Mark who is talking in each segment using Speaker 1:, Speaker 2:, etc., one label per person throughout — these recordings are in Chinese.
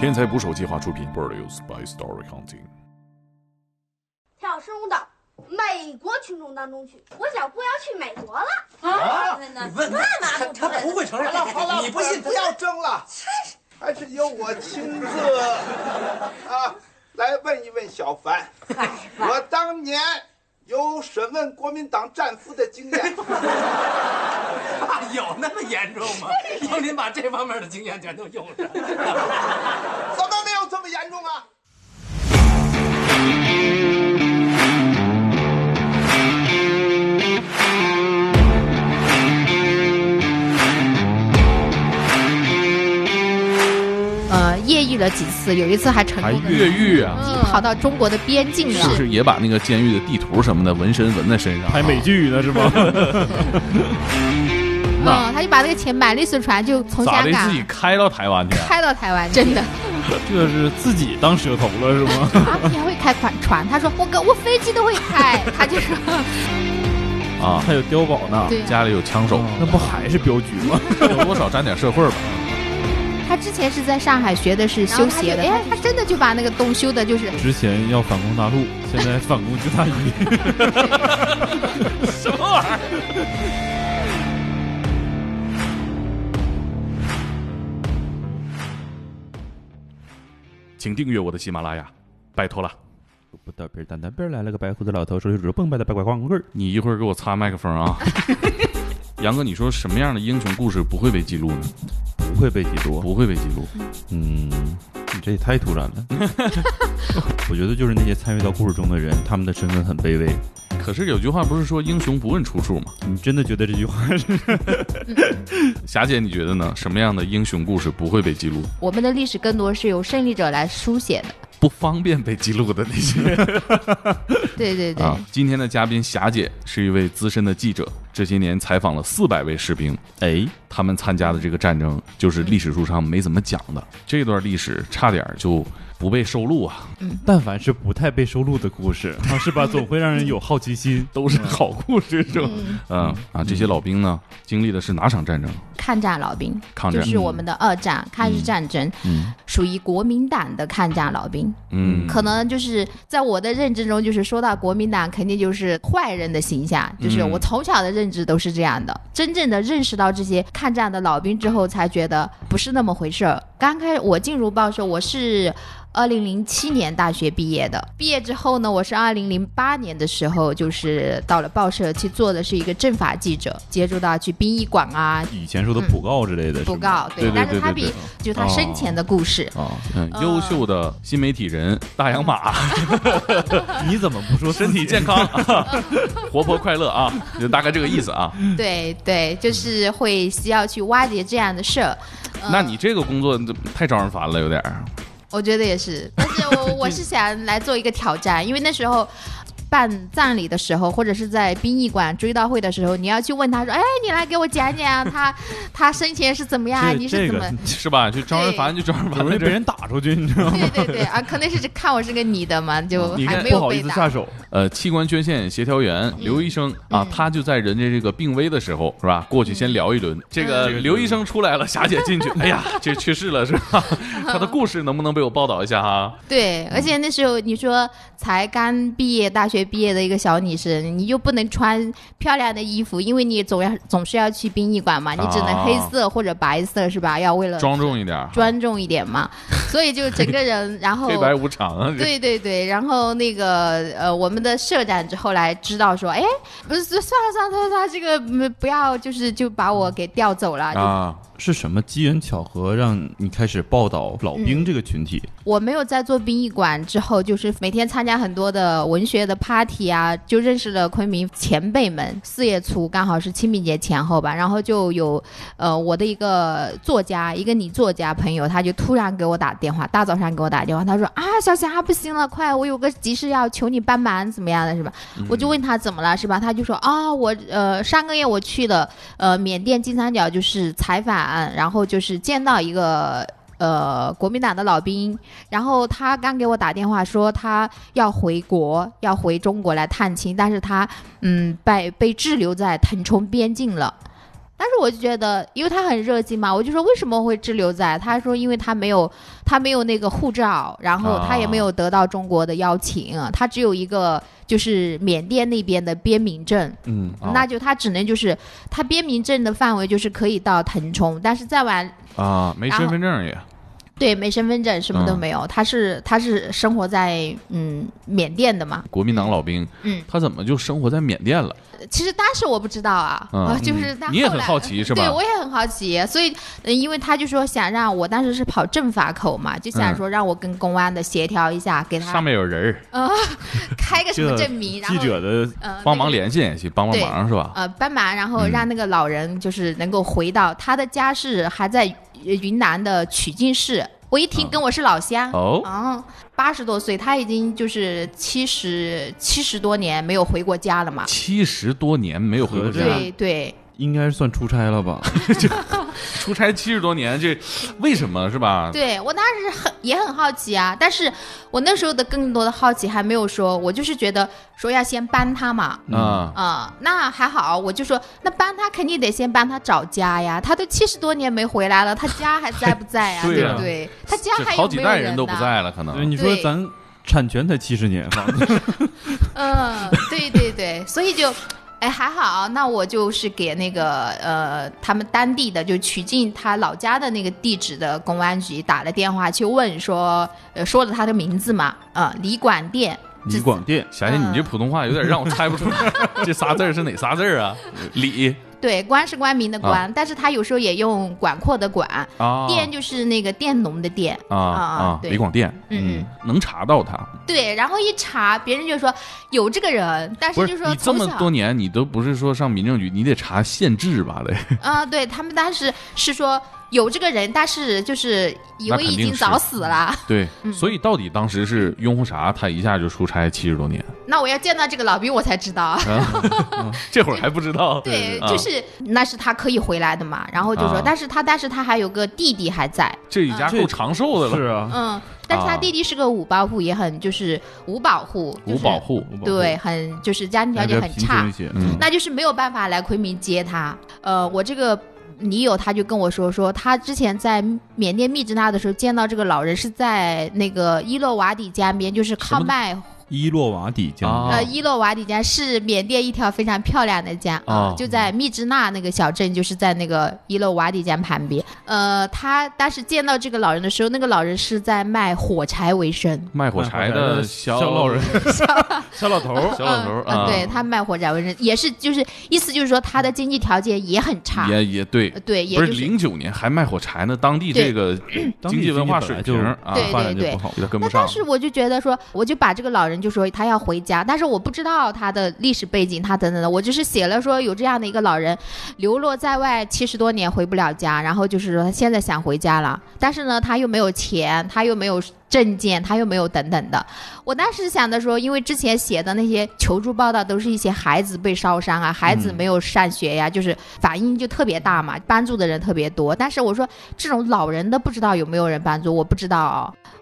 Speaker 1: 天才捕手计划出品，Produced by Story Hunting。
Speaker 2: 跳深舞蹈，美国群众当中去。我小姑要去美国了，
Speaker 3: 啊！
Speaker 4: 问呢
Speaker 3: 你问他，他不会承认。
Speaker 5: 好了好了，
Speaker 3: 你不信
Speaker 5: 不要争 了，还是由我亲自啊来问一问小凡。我当年有审问国民党战俘的经 验，
Speaker 3: 他有那么严重 吗？以后您把这方面的经验全都用上。
Speaker 5: 怎么没有这么严重啊？
Speaker 6: 呃，越狱了几次，有一次还成
Speaker 1: 还
Speaker 6: 功的嗯
Speaker 1: 越狱啊？
Speaker 6: 跑到中国的边境
Speaker 1: 是不
Speaker 6: 了。
Speaker 1: 是也把那个监狱的地图什么的纹身纹在身上？啊
Speaker 7: 拍美剧呢是吗？
Speaker 6: 嗯，他就把那个钱买了一艘船，就从
Speaker 1: 咋
Speaker 6: 香
Speaker 1: 的？
Speaker 6: 港
Speaker 1: 自己开到台湾去啊？
Speaker 6: 开到台湾，真的。
Speaker 7: 这是自己当蛇头了是吗？
Speaker 6: 啊，你还会开船？船？他说我跟我飞机都会开， 他就说
Speaker 1: 啊？
Speaker 7: 还有碉堡呢，
Speaker 6: 对。
Speaker 1: 家里有枪手，
Speaker 7: 那不还是镖局吗？
Speaker 1: 多少沾点社会吧？
Speaker 6: 他之前是在上海学的是修鞋的，
Speaker 4: 然后
Speaker 6: 哎，他真的就把那个洞修的，就是
Speaker 7: 之前要反攻大陆，现在反攻去大 一。什么玩意儿？
Speaker 1: 请订阅我的喜马拉雅，拜托了。
Speaker 7: 不到边儿单单边儿来了个白胡子老头，手里拄着蹦白的白拐棍棍儿。
Speaker 1: 你一会儿给我擦麦克风 啊！杨哥，你说什么样的英雄故事不会被记录呢？
Speaker 7: 不会被记住。
Speaker 1: 不会被记录。
Speaker 7: 嗯，你这也太突然了。我觉得就是那些参与到故事中的人，他们的身份很卑微。
Speaker 1: 可是有句话不是说英雄不问出处吗？
Speaker 7: 你真的觉得这句话是？
Speaker 1: 霞姐，你觉得呢？什么样的英雄故事不会被记录？
Speaker 6: 我们的历史更多是由胜利者来书写的。
Speaker 1: 不方便被记录的那些人。
Speaker 6: 对对对，
Speaker 1: 啊，今天的嘉宾霞姐是一位资深的记者，这些年采访了四百位士兵，
Speaker 7: 哎，
Speaker 1: 他们参加的这个战争就是历史书上没怎么讲的，这段历史差点就不被收录啊，
Speaker 7: 但凡是不太被收录的故事，啊、是吧？总会让人有好奇心。
Speaker 1: 都是好故事是吧？嗯啊，这些老兵呢，经历的是哪场战争？
Speaker 6: 抗战老兵
Speaker 1: 抗
Speaker 6: 就
Speaker 1: 战。
Speaker 6: 是我们的二战抗日战争，
Speaker 1: 嗯
Speaker 6: 属于国民党的抗战老兵。
Speaker 1: 嗯，
Speaker 6: 可能就是在我的认知中，就是说到国民党，肯定就是坏人的形象，就是
Speaker 1: 嗯
Speaker 6: 我从小的认知都是这样的。真正的认识到这些抗战的老兵之后，才觉得不是那么回事儿。刚开始我进入报社，我是。二零零七年大学毕业的，毕业之后呢，我是二零零八年的时候，就是到了报社去做的是一个政法记者，接触到去殡仪馆啊、
Speaker 7: 以前说的普告之类的，
Speaker 6: 布告，
Speaker 1: 对对
Speaker 6: 但
Speaker 1: 对
Speaker 6: 是他
Speaker 1: 对
Speaker 6: 比就他生前的故事，
Speaker 7: 啊、哦
Speaker 1: 嗯优秀的新媒体人大洋马，
Speaker 7: 你怎么不说
Speaker 1: 身体健康，活泼快乐啊，就大概这个意思啊。
Speaker 6: 嗯对对，就是会需要去挖掘这样的事儿。嗯
Speaker 1: 那你这个工作太招人烦了，有点儿。
Speaker 6: 我觉得也 是，但是我我是想来做一个挑战，因为那时候。办葬礼的时候，或者是在殡仪馆追悼会的时候，你要去问他说：“哎，你来给我讲讲 他他生前是怎么样，
Speaker 7: 这
Speaker 6: 你是
Speaker 7: 这
Speaker 6: 怎
Speaker 7: 个
Speaker 6: 么
Speaker 1: 是吧？就招人烦就招 人烦
Speaker 7: 容
Speaker 1: 了
Speaker 7: 易被
Speaker 1: 这。
Speaker 7: 人打出去，你知道？”吗？
Speaker 6: 对对对 啊，可能是看我是个女的嘛，就
Speaker 1: 你看
Speaker 6: 还没
Speaker 7: 不
Speaker 6: 有
Speaker 7: 好
Speaker 6: 被
Speaker 7: 意思
Speaker 6: 打。
Speaker 7: 下手，
Speaker 1: 呃，器官捐献协调员刘医生啊
Speaker 6: 嗯，
Speaker 1: 他就在人家这个病危的时候，是吧？过去先聊一
Speaker 6: 嗯
Speaker 1: 轮。这个刘医生出来了，霞姐进 去，哎呀，这去世了是吧？
Speaker 6: 嗯
Speaker 1: 他的故事能不能被我报道一下啊？
Speaker 6: 对，而且那时候你说才刚毕业，大学毕业的一个小女生，你又不能穿漂亮的衣服，因为你总要总是要去殡仪馆嘛，你只能
Speaker 7: 啊
Speaker 6: 黑色或者白色是吧？要为了
Speaker 1: 庄重一点儿，
Speaker 6: 呃庄重一点嘛，所以就整个人，然 后
Speaker 1: 黑白无常啊。这
Speaker 6: 对对对，然后那个呃，我们的社长之后来知道说，哎，不是算了算了算了算了，这个嗯不要就是就把我给调走了，就
Speaker 1: 啊，
Speaker 7: 是什么机缘巧合让你开始报道老
Speaker 6: 嗯
Speaker 7: 兵这个群体？
Speaker 6: 我没有在做殡仪馆之后，就是每天参加很多的文学的 party 啊，就认识了昆明前辈们。四月初刚好是清明节前后吧，然后就有呃我的一个作家，一个女作家朋友，她就突然给我打电话，大早上给我打电话，她说啊小霞不行了，快我有个急事要求你帮忙，怎么样的是吧？我就问她怎么了是吧？她就说啊、我呃上个月我去了呃缅甸金三角就是采访，然后就是见到一个。呃，国民党的老兵，然后他刚给我打电话说他要回国，要回中国来探亲，但是他嗯被被滞留在腾冲边境了。但是我就觉得，因为他很热心嘛，我就说为什么会滞留在？他说因为他没有他没有那个护照，然后他也没有得到中国的邀请，他只有一个就是缅甸那边的边民证，
Speaker 1: 嗯，啊
Speaker 6: 那就他只能就是他边民证的范围就是可以到腾冲，但是再往
Speaker 1: 啊，没
Speaker 6: 然
Speaker 1: 身
Speaker 6: 后
Speaker 1: 份证也
Speaker 6: 对没身份证什么都
Speaker 1: 嗯
Speaker 6: 没有，他是他是生活在嗯缅甸的嘛，
Speaker 1: 国民党老兵，
Speaker 6: 嗯
Speaker 1: 他怎么就生活在缅甸了？
Speaker 6: 其实当时我不知道啊，
Speaker 1: 嗯
Speaker 6: 啊就是他
Speaker 1: 你也
Speaker 6: 后
Speaker 1: 很
Speaker 6: 来
Speaker 1: 好奇是吧
Speaker 6: 对，我也很好奇，所以、呃因为他就说想让我当时是跑政法口嘛，就想说让我跟公安的协调一下，给
Speaker 1: 嗯上
Speaker 6: 他
Speaker 1: 面有人
Speaker 6: 开个什么
Speaker 7: 这
Speaker 6: 证明，然后
Speaker 7: 记者的
Speaker 6: 呃
Speaker 1: 儿，帮忙
Speaker 6: 那个
Speaker 1: 联系联系，帮帮
Speaker 6: 对
Speaker 1: 忙是吧？
Speaker 6: 呃帮忙，然后
Speaker 1: 嗯
Speaker 6: 让那个老人就是能够回到他的家是还在呃云南的曲靖市。我一听
Speaker 1: 嗯
Speaker 6: 跟我是老乡，
Speaker 1: 哦
Speaker 6: 哦，八十多岁，他已经就是七十七十多年没有回过家了嘛。
Speaker 1: 七十多年没有回过
Speaker 7: 合
Speaker 1: 家，
Speaker 7: 着
Speaker 6: 对对，
Speaker 7: 应该算出差了吧？
Speaker 1: 出差七十多年，这为什么是吧？
Speaker 6: 对我当时很也很好奇啊，但是我那时候的更多的好奇还没有说，我就是觉得说要先帮他嘛，
Speaker 1: 啊，
Speaker 6: 啊、那还好，我就说那帮他肯定得先帮他找家呀，他都七十多年没回来了，他家还在 不在呀？啊
Speaker 1: 对
Speaker 6: 对
Speaker 1: 呀
Speaker 6: 不对？他家
Speaker 1: 这
Speaker 6: 还
Speaker 1: 啊好
Speaker 6: 有
Speaker 1: 几
Speaker 6: 没有
Speaker 1: 代
Speaker 6: 人
Speaker 1: 都不
Speaker 6: 呢？
Speaker 1: 在了，可
Speaker 7: 对，
Speaker 1: 能
Speaker 7: 你说
Speaker 6: 对
Speaker 7: 咱产权才七 十年，房子
Speaker 6: 嗯，对对对，所以就。哎，还好，那我就是给那个呃，他们当地的就曲靖他老家的那个地址的公安局打了电话去问说，呃，说了他的名字嘛，啊、李广电，
Speaker 7: 李广电
Speaker 1: 霞姐，你
Speaker 6: 嗯
Speaker 1: 这普通话有点让我猜不出来 这仨字儿是哪仨字儿啊？李
Speaker 6: 对，官是官民的官，但是他有时候也用广阔的广，
Speaker 1: 啊，
Speaker 6: 电就是那个佃农的佃，
Speaker 1: 啊啊，
Speaker 6: 对
Speaker 1: 李广电，
Speaker 6: 嗯嗯，
Speaker 1: 能查到他，
Speaker 6: 对，然后一查，别人就说有这个人，但
Speaker 1: 不
Speaker 6: 就是说
Speaker 1: 你这
Speaker 6: 从
Speaker 1: 么
Speaker 6: 小
Speaker 1: 多年，你都不是说上民政局，你得查县志吧？ 得，
Speaker 6: 啊、对他们当时是说有这个人，但是就是以
Speaker 1: 那
Speaker 6: 为
Speaker 1: 肯
Speaker 6: 已
Speaker 1: 定
Speaker 6: 经
Speaker 1: 是
Speaker 6: 早死了。
Speaker 1: 对，
Speaker 6: 嗯
Speaker 1: 所以到底当时是拥护啥？他一下就出差七十多 年，
Speaker 6: 那我要见到这个老兵，我才知道。
Speaker 1: 这会儿还不知道。
Speaker 6: 对，
Speaker 1: 啊
Speaker 6: 就是、那是他可以回来的嘛。然后就说，
Speaker 1: 啊
Speaker 6: 但是他但是他还有个弟弟还在，
Speaker 1: 这一家
Speaker 7: 嗯
Speaker 1: 够长寿的了，
Speaker 7: 是啊，
Speaker 6: 嗯，但是他
Speaker 1: 啊
Speaker 6: 弟弟是个五保户，也很就是五保户，就
Speaker 1: 五
Speaker 6: 是、
Speaker 1: 保户。
Speaker 7: 我保护
Speaker 6: 嗯对，，很就是家庭条
Speaker 7: 那
Speaker 6: 件
Speaker 7: 边
Speaker 6: 很
Speaker 7: 贫
Speaker 6: 差
Speaker 7: 穷一，些，
Speaker 1: 嗯
Speaker 6: 那就是没有办法来昆明接他。呃，我这个女友她就跟我说，说她之前在缅甸密支那的时候见到这个老人是在那个伊洛瓦底江边，就是
Speaker 7: 什
Speaker 6: 靠
Speaker 7: 么
Speaker 6: 麦
Speaker 7: 伊洛瓦底江
Speaker 1: 啊
Speaker 6: 呃，伊洛瓦底江是缅甸一条非常漂亮的江啊、
Speaker 1: 哦
Speaker 6: 就在密支那那个小镇，就是在那个伊洛瓦底江旁边。呃，他当时见到这个老人的时候，那个老人是在卖火柴为生。
Speaker 1: 卖火柴的小
Speaker 7: 小 老人，
Speaker 1: 小老头儿，小老头儿
Speaker 6: 嗯
Speaker 1: 啊，
Speaker 6: 对他卖火柴为生，也是就是意思就是说他的经济条件也很差，
Speaker 1: 啊也也对
Speaker 6: 呃，对，也
Speaker 1: 不
Speaker 6: 就是
Speaker 1: 零九年还卖火柴呢，当地这 个
Speaker 7: 当
Speaker 1: 经
Speaker 7: 地
Speaker 1: 济文化
Speaker 7: 本
Speaker 1: 水
Speaker 7: 来
Speaker 1: 平
Speaker 7: 就
Speaker 1: 啊，
Speaker 6: 对
Speaker 7: 发展就不好
Speaker 1: 有，点跟不
Speaker 6: 那
Speaker 1: 上
Speaker 6: 当。时我就觉得说，我就把这个老人就说他要回家，但是我不知道他的历史背景，他等等的，我只是写了说有这样的一个老人流落在外七十多年回不了家，然后就是说他现在想回家了，但是呢他又没有钱，他又没有证件，他又没有等等的。我当时想的说，因为之前写的那些求助报道都是一些孩子被烧伤啊，孩
Speaker 1: 嗯
Speaker 6: 子没有上学呀，就是反应就特别大嘛，帮助的人特别多。但是我说这种老人的不知道有没有人帮助，我不知道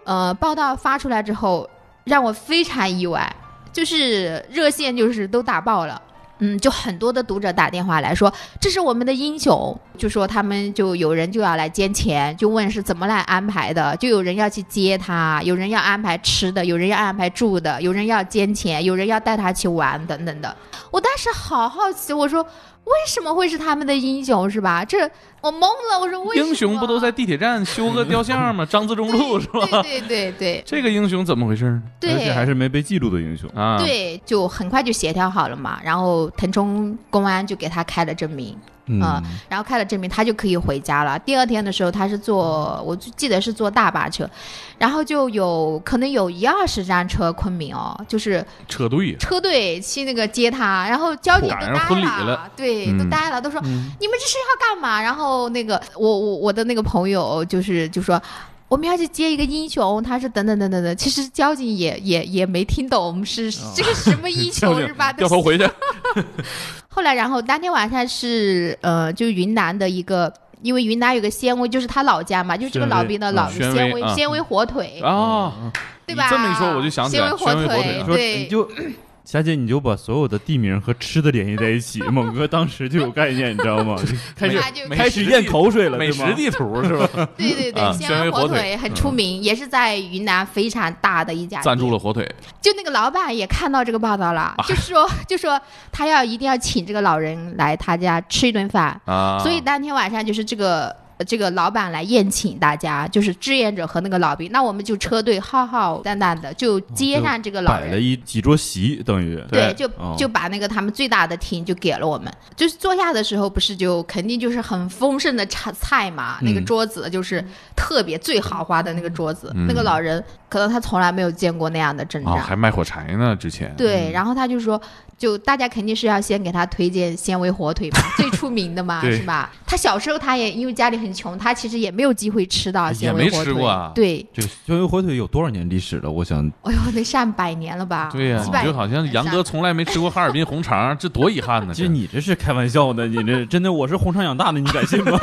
Speaker 6: 哦、呃，报道发出来之后，让我非常意外，就是热线就是都打爆了。嗯，就很多的读者打电话来说，这是我们的英雄，就说他们就有人就要来捐钱，就问是怎么来安排的，就有人要去接他，有人要安排吃的，有人要安排住的，有人要捐钱，有人要带他去玩等等的。我当时好好奇，我说为什么会是他们的英雄是吧？这我懵了，我说为什么
Speaker 1: 英雄不都在地铁站修 个雕像吗？张自忠路是吧？
Speaker 6: 对对对对，
Speaker 1: 这个英雄怎么回事呢？
Speaker 6: 对
Speaker 7: 而且还是没被记录的英雄。
Speaker 1: 啊，
Speaker 6: 对，就很快就协调好了嘛。然后腾冲公安就给他开了证明，
Speaker 7: 嗯
Speaker 6: 啊然后开了证明，他就可以回家了。第二天的时候，他是坐，我就记得是坐大巴车，然后就有可能有一二十站车昆明哦，就是
Speaker 1: 车 队
Speaker 6: 车队去那个接他，然后交警
Speaker 1: 赶
Speaker 6: 都
Speaker 1: 上
Speaker 6: 呆
Speaker 1: 婚礼
Speaker 6: 了，
Speaker 1: 了
Speaker 6: 对，
Speaker 1: 嗯
Speaker 6: 都呆了，都说、
Speaker 7: 嗯
Speaker 6: 你们这是要干嘛？然后那个我我我的那个朋友就是就说。我们要去接一个英雄，他是等等等等等。其实交警也也也没听 懂是、这个什么英
Speaker 1: 交
Speaker 6: 雄
Speaker 1: 警
Speaker 6: 是吧？
Speaker 1: 掉头回去，
Speaker 6: 后来，然后当天晚上是呃，就云南的一个，因为云南有个仙威，就是他老家嘛，就是这个
Speaker 7: 宣威
Speaker 6: 老兵的老
Speaker 1: 嗯
Speaker 6: 仙
Speaker 1: 宣
Speaker 6: 威
Speaker 1: 威啊
Speaker 6: 仙威火腿，
Speaker 1: 啊，
Speaker 6: 对吧？
Speaker 1: 你这么一说我就想起来
Speaker 6: 仙威火
Speaker 7: 啊
Speaker 1: 宣威火腿
Speaker 6: 腿
Speaker 1: 了，
Speaker 7: 说
Speaker 6: 对
Speaker 7: 你就霞姐，你就把所有的地名和吃的联系在一起，猛哥当时就有概念，你知道吗？开始
Speaker 6: 他就
Speaker 1: 美
Speaker 7: 开始咽口水了，
Speaker 1: 美
Speaker 7: 对吗
Speaker 1: 食地图是吧？
Speaker 6: 对对
Speaker 1: 啊
Speaker 6: 对，
Speaker 1: 宣
Speaker 6: 咸
Speaker 1: 威
Speaker 6: 阳
Speaker 1: 火
Speaker 6: 火
Speaker 1: 腿嗯
Speaker 6: 腿很出名，也是在云南非常大的一家店。
Speaker 1: 赞助了火啊腿，
Speaker 6: 就那个老板也看到这个报道了，就说就说他要一定要请这个老人来他家吃一顿饭，
Speaker 1: 啊，
Speaker 6: 所以当天晚上就是这个。呃这个老板来宴请大家，就是志愿者和那个老兵，那我们就车队浩浩荡荡的
Speaker 1: 哦
Speaker 6: 就接上这个老
Speaker 7: 摆
Speaker 6: 人，
Speaker 7: 了一几桌席，等于
Speaker 6: 对，就、
Speaker 7: 哦
Speaker 6: 就把那个他们最大的厅就给了我们。就是坐下的时候，不是就肯定就是很丰盛的菜菜嘛，那个
Speaker 7: 嗯
Speaker 6: 桌子就是特别最豪华的那个桌子。
Speaker 1: 嗯
Speaker 6: 那个老人可能他从来没有见过那样的阵
Speaker 1: 啊
Speaker 6: 仗，
Speaker 1: 还嗯卖火柴呢，之前
Speaker 6: 对，然后他就说，就大家肯定是要先给他推荐纤维 火腿嘛，最出名的嘛，
Speaker 1: 对
Speaker 6: 是吧？他小时候他也因为家里很穷，他其实也没有机会吃到
Speaker 1: 哎也
Speaker 6: 纤
Speaker 1: 没
Speaker 6: 维火
Speaker 1: 吃
Speaker 6: 腿。
Speaker 1: 过啊
Speaker 6: 对，
Speaker 7: 这个宣威火腿有多少年历史了？我想
Speaker 6: 哎呦，那上百年了吧？
Speaker 1: 对呀，
Speaker 6: 几
Speaker 1: 你
Speaker 6: 百
Speaker 1: 就好像杨哥从来没吃过哈尔滨红肠，这多遗憾 呢！
Speaker 7: 其实
Speaker 1: 这
Speaker 7: 你这是开玩笑的，你这真的我是红肠养大的，你敢 信吗？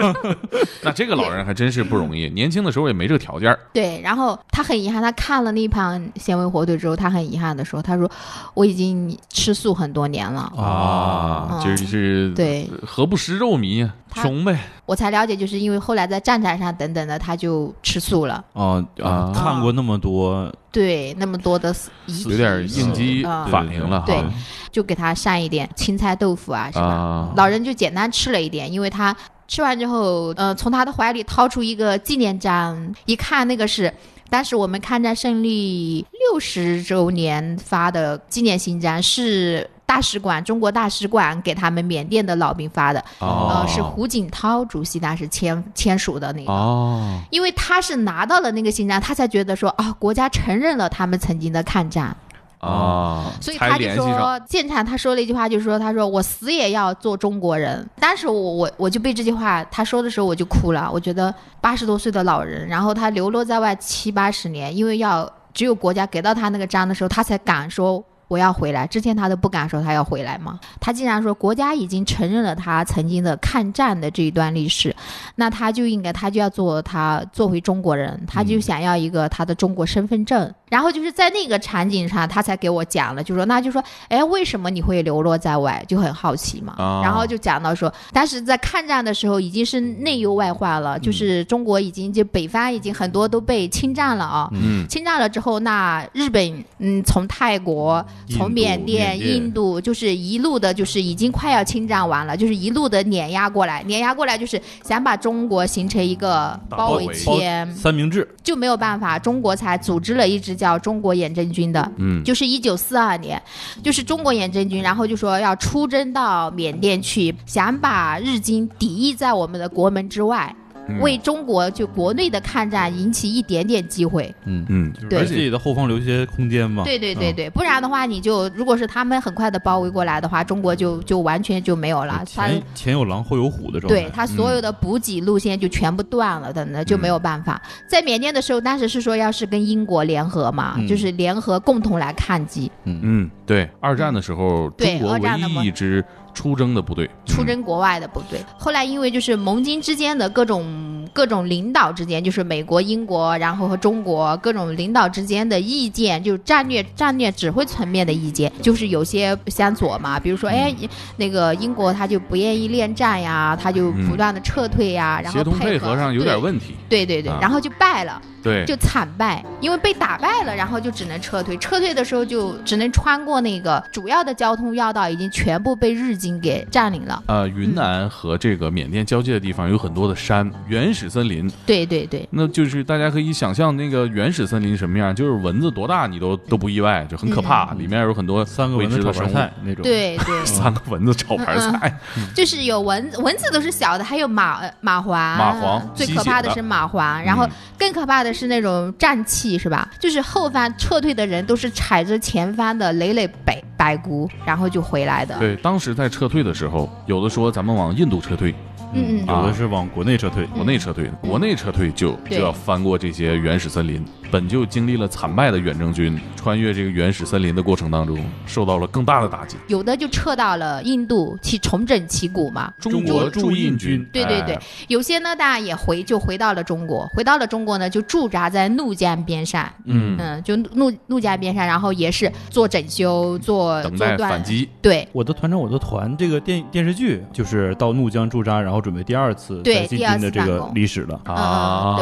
Speaker 1: 那这个老人还真是不容易，年轻的时候也没这个条件儿
Speaker 6: 对，然后他很遗憾，他看了那盘纤维火腿之后，他很遗憾的说：“他说我已经吃素很多年了，
Speaker 1: 啊，
Speaker 6: 哦
Speaker 1: 就是
Speaker 6: 对
Speaker 1: 何不食肉糜呀，
Speaker 6: 他
Speaker 1: 穷呗。
Speaker 6: 我才了解，就是因为后来在战场上等等的，他就吃素了。
Speaker 7: 啊
Speaker 1: 啊
Speaker 7: 啊！看过那么多，
Speaker 6: 对，那么多的遗体
Speaker 1: 有点应激
Speaker 6: 啊
Speaker 1: 反应了
Speaker 6: 对
Speaker 1: 哈
Speaker 6: 就给他上一点青菜豆腐啊，是吧？
Speaker 1: 啊！
Speaker 6: 老人就简单吃了一点，因为他吃完之后，呃，从他的怀里掏出一个纪念章，一看那个是当时我们抗战胜利六十周年发的纪念勋章，是大使馆中国大使馆给他们缅甸的老兵发的，
Speaker 1: 哦
Speaker 6: 呃，是胡锦涛主席当时签签署的那个。
Speaker 1: 哦，
Speaker 6: 因为他是拿到了那个勋章，他才觉得说啊、国家承认了他们曾经的抗战，
Speaker 1: 啊，
Speaker 6: 所以
Speaker 1: 才
Speaker 6: 他就
Speaker 1: 联系上
Speaker 6: 说，现场他说了一句话，就是说，他说我死也要做中国人。当时我我我就被这句话他说的时候我就哭了，我觉得八十多岁的老人，然后他流落在外七八十年，因为要只有国家给到他那个章的时候，他才敢说。我要回来，之前他都不敢说他要回来嘛。他竟然说国家已经承认了他曾经的抗战的这一段历史，那他就应该，他就要做他做回中国人，他就想要一个他的中国身份证。然后就是在那个场景上，他才给我讲了，就说那就说，哎，为什么你会流落在外？就很好奇嘛。
Speaker 1: 啊
Speaker 6: 然后就讲到说，当时在抗战的时候已经是内忧外患了，就是中国已经就北方已经很多都被侵占了啊。
Speaker 1: 嗯
Speaker 6: 侵占了之后，那日本嗯，从泰国、
Speaker 7: 印度
Speaker 6: 从缅甸、
Speaker 7: 缅甸
Speaker 6: 印度，就是一路的，就是已经快要侵占完了，就是一路的碾压过来，碾压过来就是想把中国形成一个包围圈，
Speaker 7: 三明治，
Speaker 6: 就没有办法，中国才组织了一支叫中国远征军的。
Speaker 1: 嗯，
Speaker 6: 就是一九四二年，就是中国远征军，然后就说要出征到缅甸去，想把日军抵御在我们的国门之外，
Speaker 1: 嗯
Speaker 6: 为中国就国内的抗战引起一点点机会。
Speaker 7: 嗯，
Speaker 1: 嗯，
Speaker 7: 就是
Speaker 6: 对
Speaker 7: 为自己的后方留一些空间嘛。
Speaker 6: 对对对
Speaker 7: 嗯，
Speaker 6: 对，不然的话，你就如果是他们很快的包围过来的话，中国就就完全就没有了。他
Speaker 7: 前前有狼后有虎的状态。
Speaker 6: 对他所有的补给路线就全部断了，等等
Speaker 7: 嗯
Speaker 6: 就没有办法。在缅甸的时候，当时是说要是跟英国联合嘛，
Speaker 7: 嗯
Speaker 6: 就是联合共同来抗击
Speaker 1: 嗯，对，二战的时候，
Speaker 6: 对
Speaker 1: 中国
Speaker 6: 二战的
Speaker 1: 唯
Speaker 6: 嘛
Speaker 1: 一一支出征的部队，嗯
Speaker 6: 出征国外的部队。后来因为就是盟军之间的各种各种领导之间，就是美国、英国，然后和中国各种领导之间的意见，就是战
Speaker 1: 嗯
Speaker 6: 略战略指挥层面的意见，就是有些相左嘛。比如
Speaker 1: 嗯
Speaker 6: 说，哎，那个英国他就不愿意恋战呀，他就不断的撤退呀，
Speaker 1: 嗯，
Speaker 6: 然
Speaker 1: 协
Speaker 6: 后
Speaker 1: 同配合上有点
Speaker 6: 对。
Speaker 1: 问题，
Speaker 6: 对对对
Speaker 1: 啊，
Speaker 6: 然后就败了。
Speaker 1: 对，
Speaker 6: 就惨败，因为被打败了，然后就只能撤退。撤退的时候就只能穿过那个主要的交通要道，已经全部被日军给占领了。
Speaker 1: 呃，云南和这个缅甸交界的地方有很多的山，原始森林，
Speaker 6: 对对对，
Speaker 1: 那就是大家可以想象那个原始森林什么样，就是蚊子多大你都都不意外，就很可怕，
Speaker 7: 嗯
Speaker 1: 里面有很多
Speaker 7: 三个
Speaker 1: 未
Speaker 7: 蚊
Speaker 1: 知
Speaker 7: 子炒
Speaker 1: 的生
Speaker 7: 盘
Speaker 1: 物，嗯
Speaker 7: 菜那种。
Speaker 6: 对嗯对，
Speaker 1: 三个蚊子炒盘菜，
Speaker 6: 就是有蚊蚊子都是小的，还有蚂蚂蟥，
Speaker 1: 蚂蟥
Speaker 6: 最可怕
Speaker 1: 吸血的
Speaker 6: 的是蚂蟥，然后
Speaker 1: 嗯
Speaker 6: 更可怕的是那种瘴气，是吧？就是后方撤退的人都是踩着前方的累累白白骨，然后就回来的。
Speaker 1: 对，当时在撤退的时候，有的说咱们往印度撤退，
Speaker 6: 嗯嗯
Speaker 7: 有的是往国内撤退。
Speaker 1: 国内撤退，国内撤退就
Speaker 6: 对
Speaker 1: 就要翻过这些原始森林，本就经历了惨败的远征军，穿越这个原始森林的过程当中，受到了更大的打击。
Speaker 6: 有的就撤到了印度去重整旗鼓嘛。
Speaker 1: 中国驻印军，
Speaker 6: 对对对
Speaker 1: 哎，
Speaker 6: 有些呢，大家也回就回到了中国，回到了中国呢，就驻扎在怒江边上，
Speaker 1: 嗯，
Speaker 6: 嗯，就怒怒江边上，然后也是做整修，做
Speaker 1: 等
Speaker 6: 做
Speaker 1: 待
Speaker 6: 呃断
Speaker 1: 反，击。
Speaker 6: 对
Speaker 7: 我的团长，我的团这个电电视剧就是到怒江驻扎，然后准备第二次
Speaker 6: 对
Speaker 7: 再进
Speaker 6: 第二
Speaker 7: 军的
Speaker 6: 次
Speaker 7: 这
Speaker 6: 反
Speaker 7: 个
Speaker 6: 攻
Speaker 7: 历史了。
Speaker 6: 嗯
Speaker 1: 啊，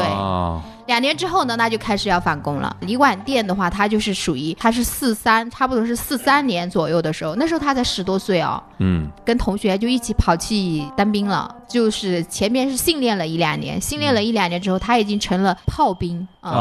Speaker 6: 两年之后呢，那就开始要反攻了。李广电的话，他就是属于他是四三，差不多是四三年左右的时候，那时候他才十多岁哦，
Speaker 1: 嗯，
Speaker 6: 跟同学就一起跑去当兵了。就是前面是训练了一两年，训练了一两年之后，他已经成了炮兵啊、
Speaker 1: 啊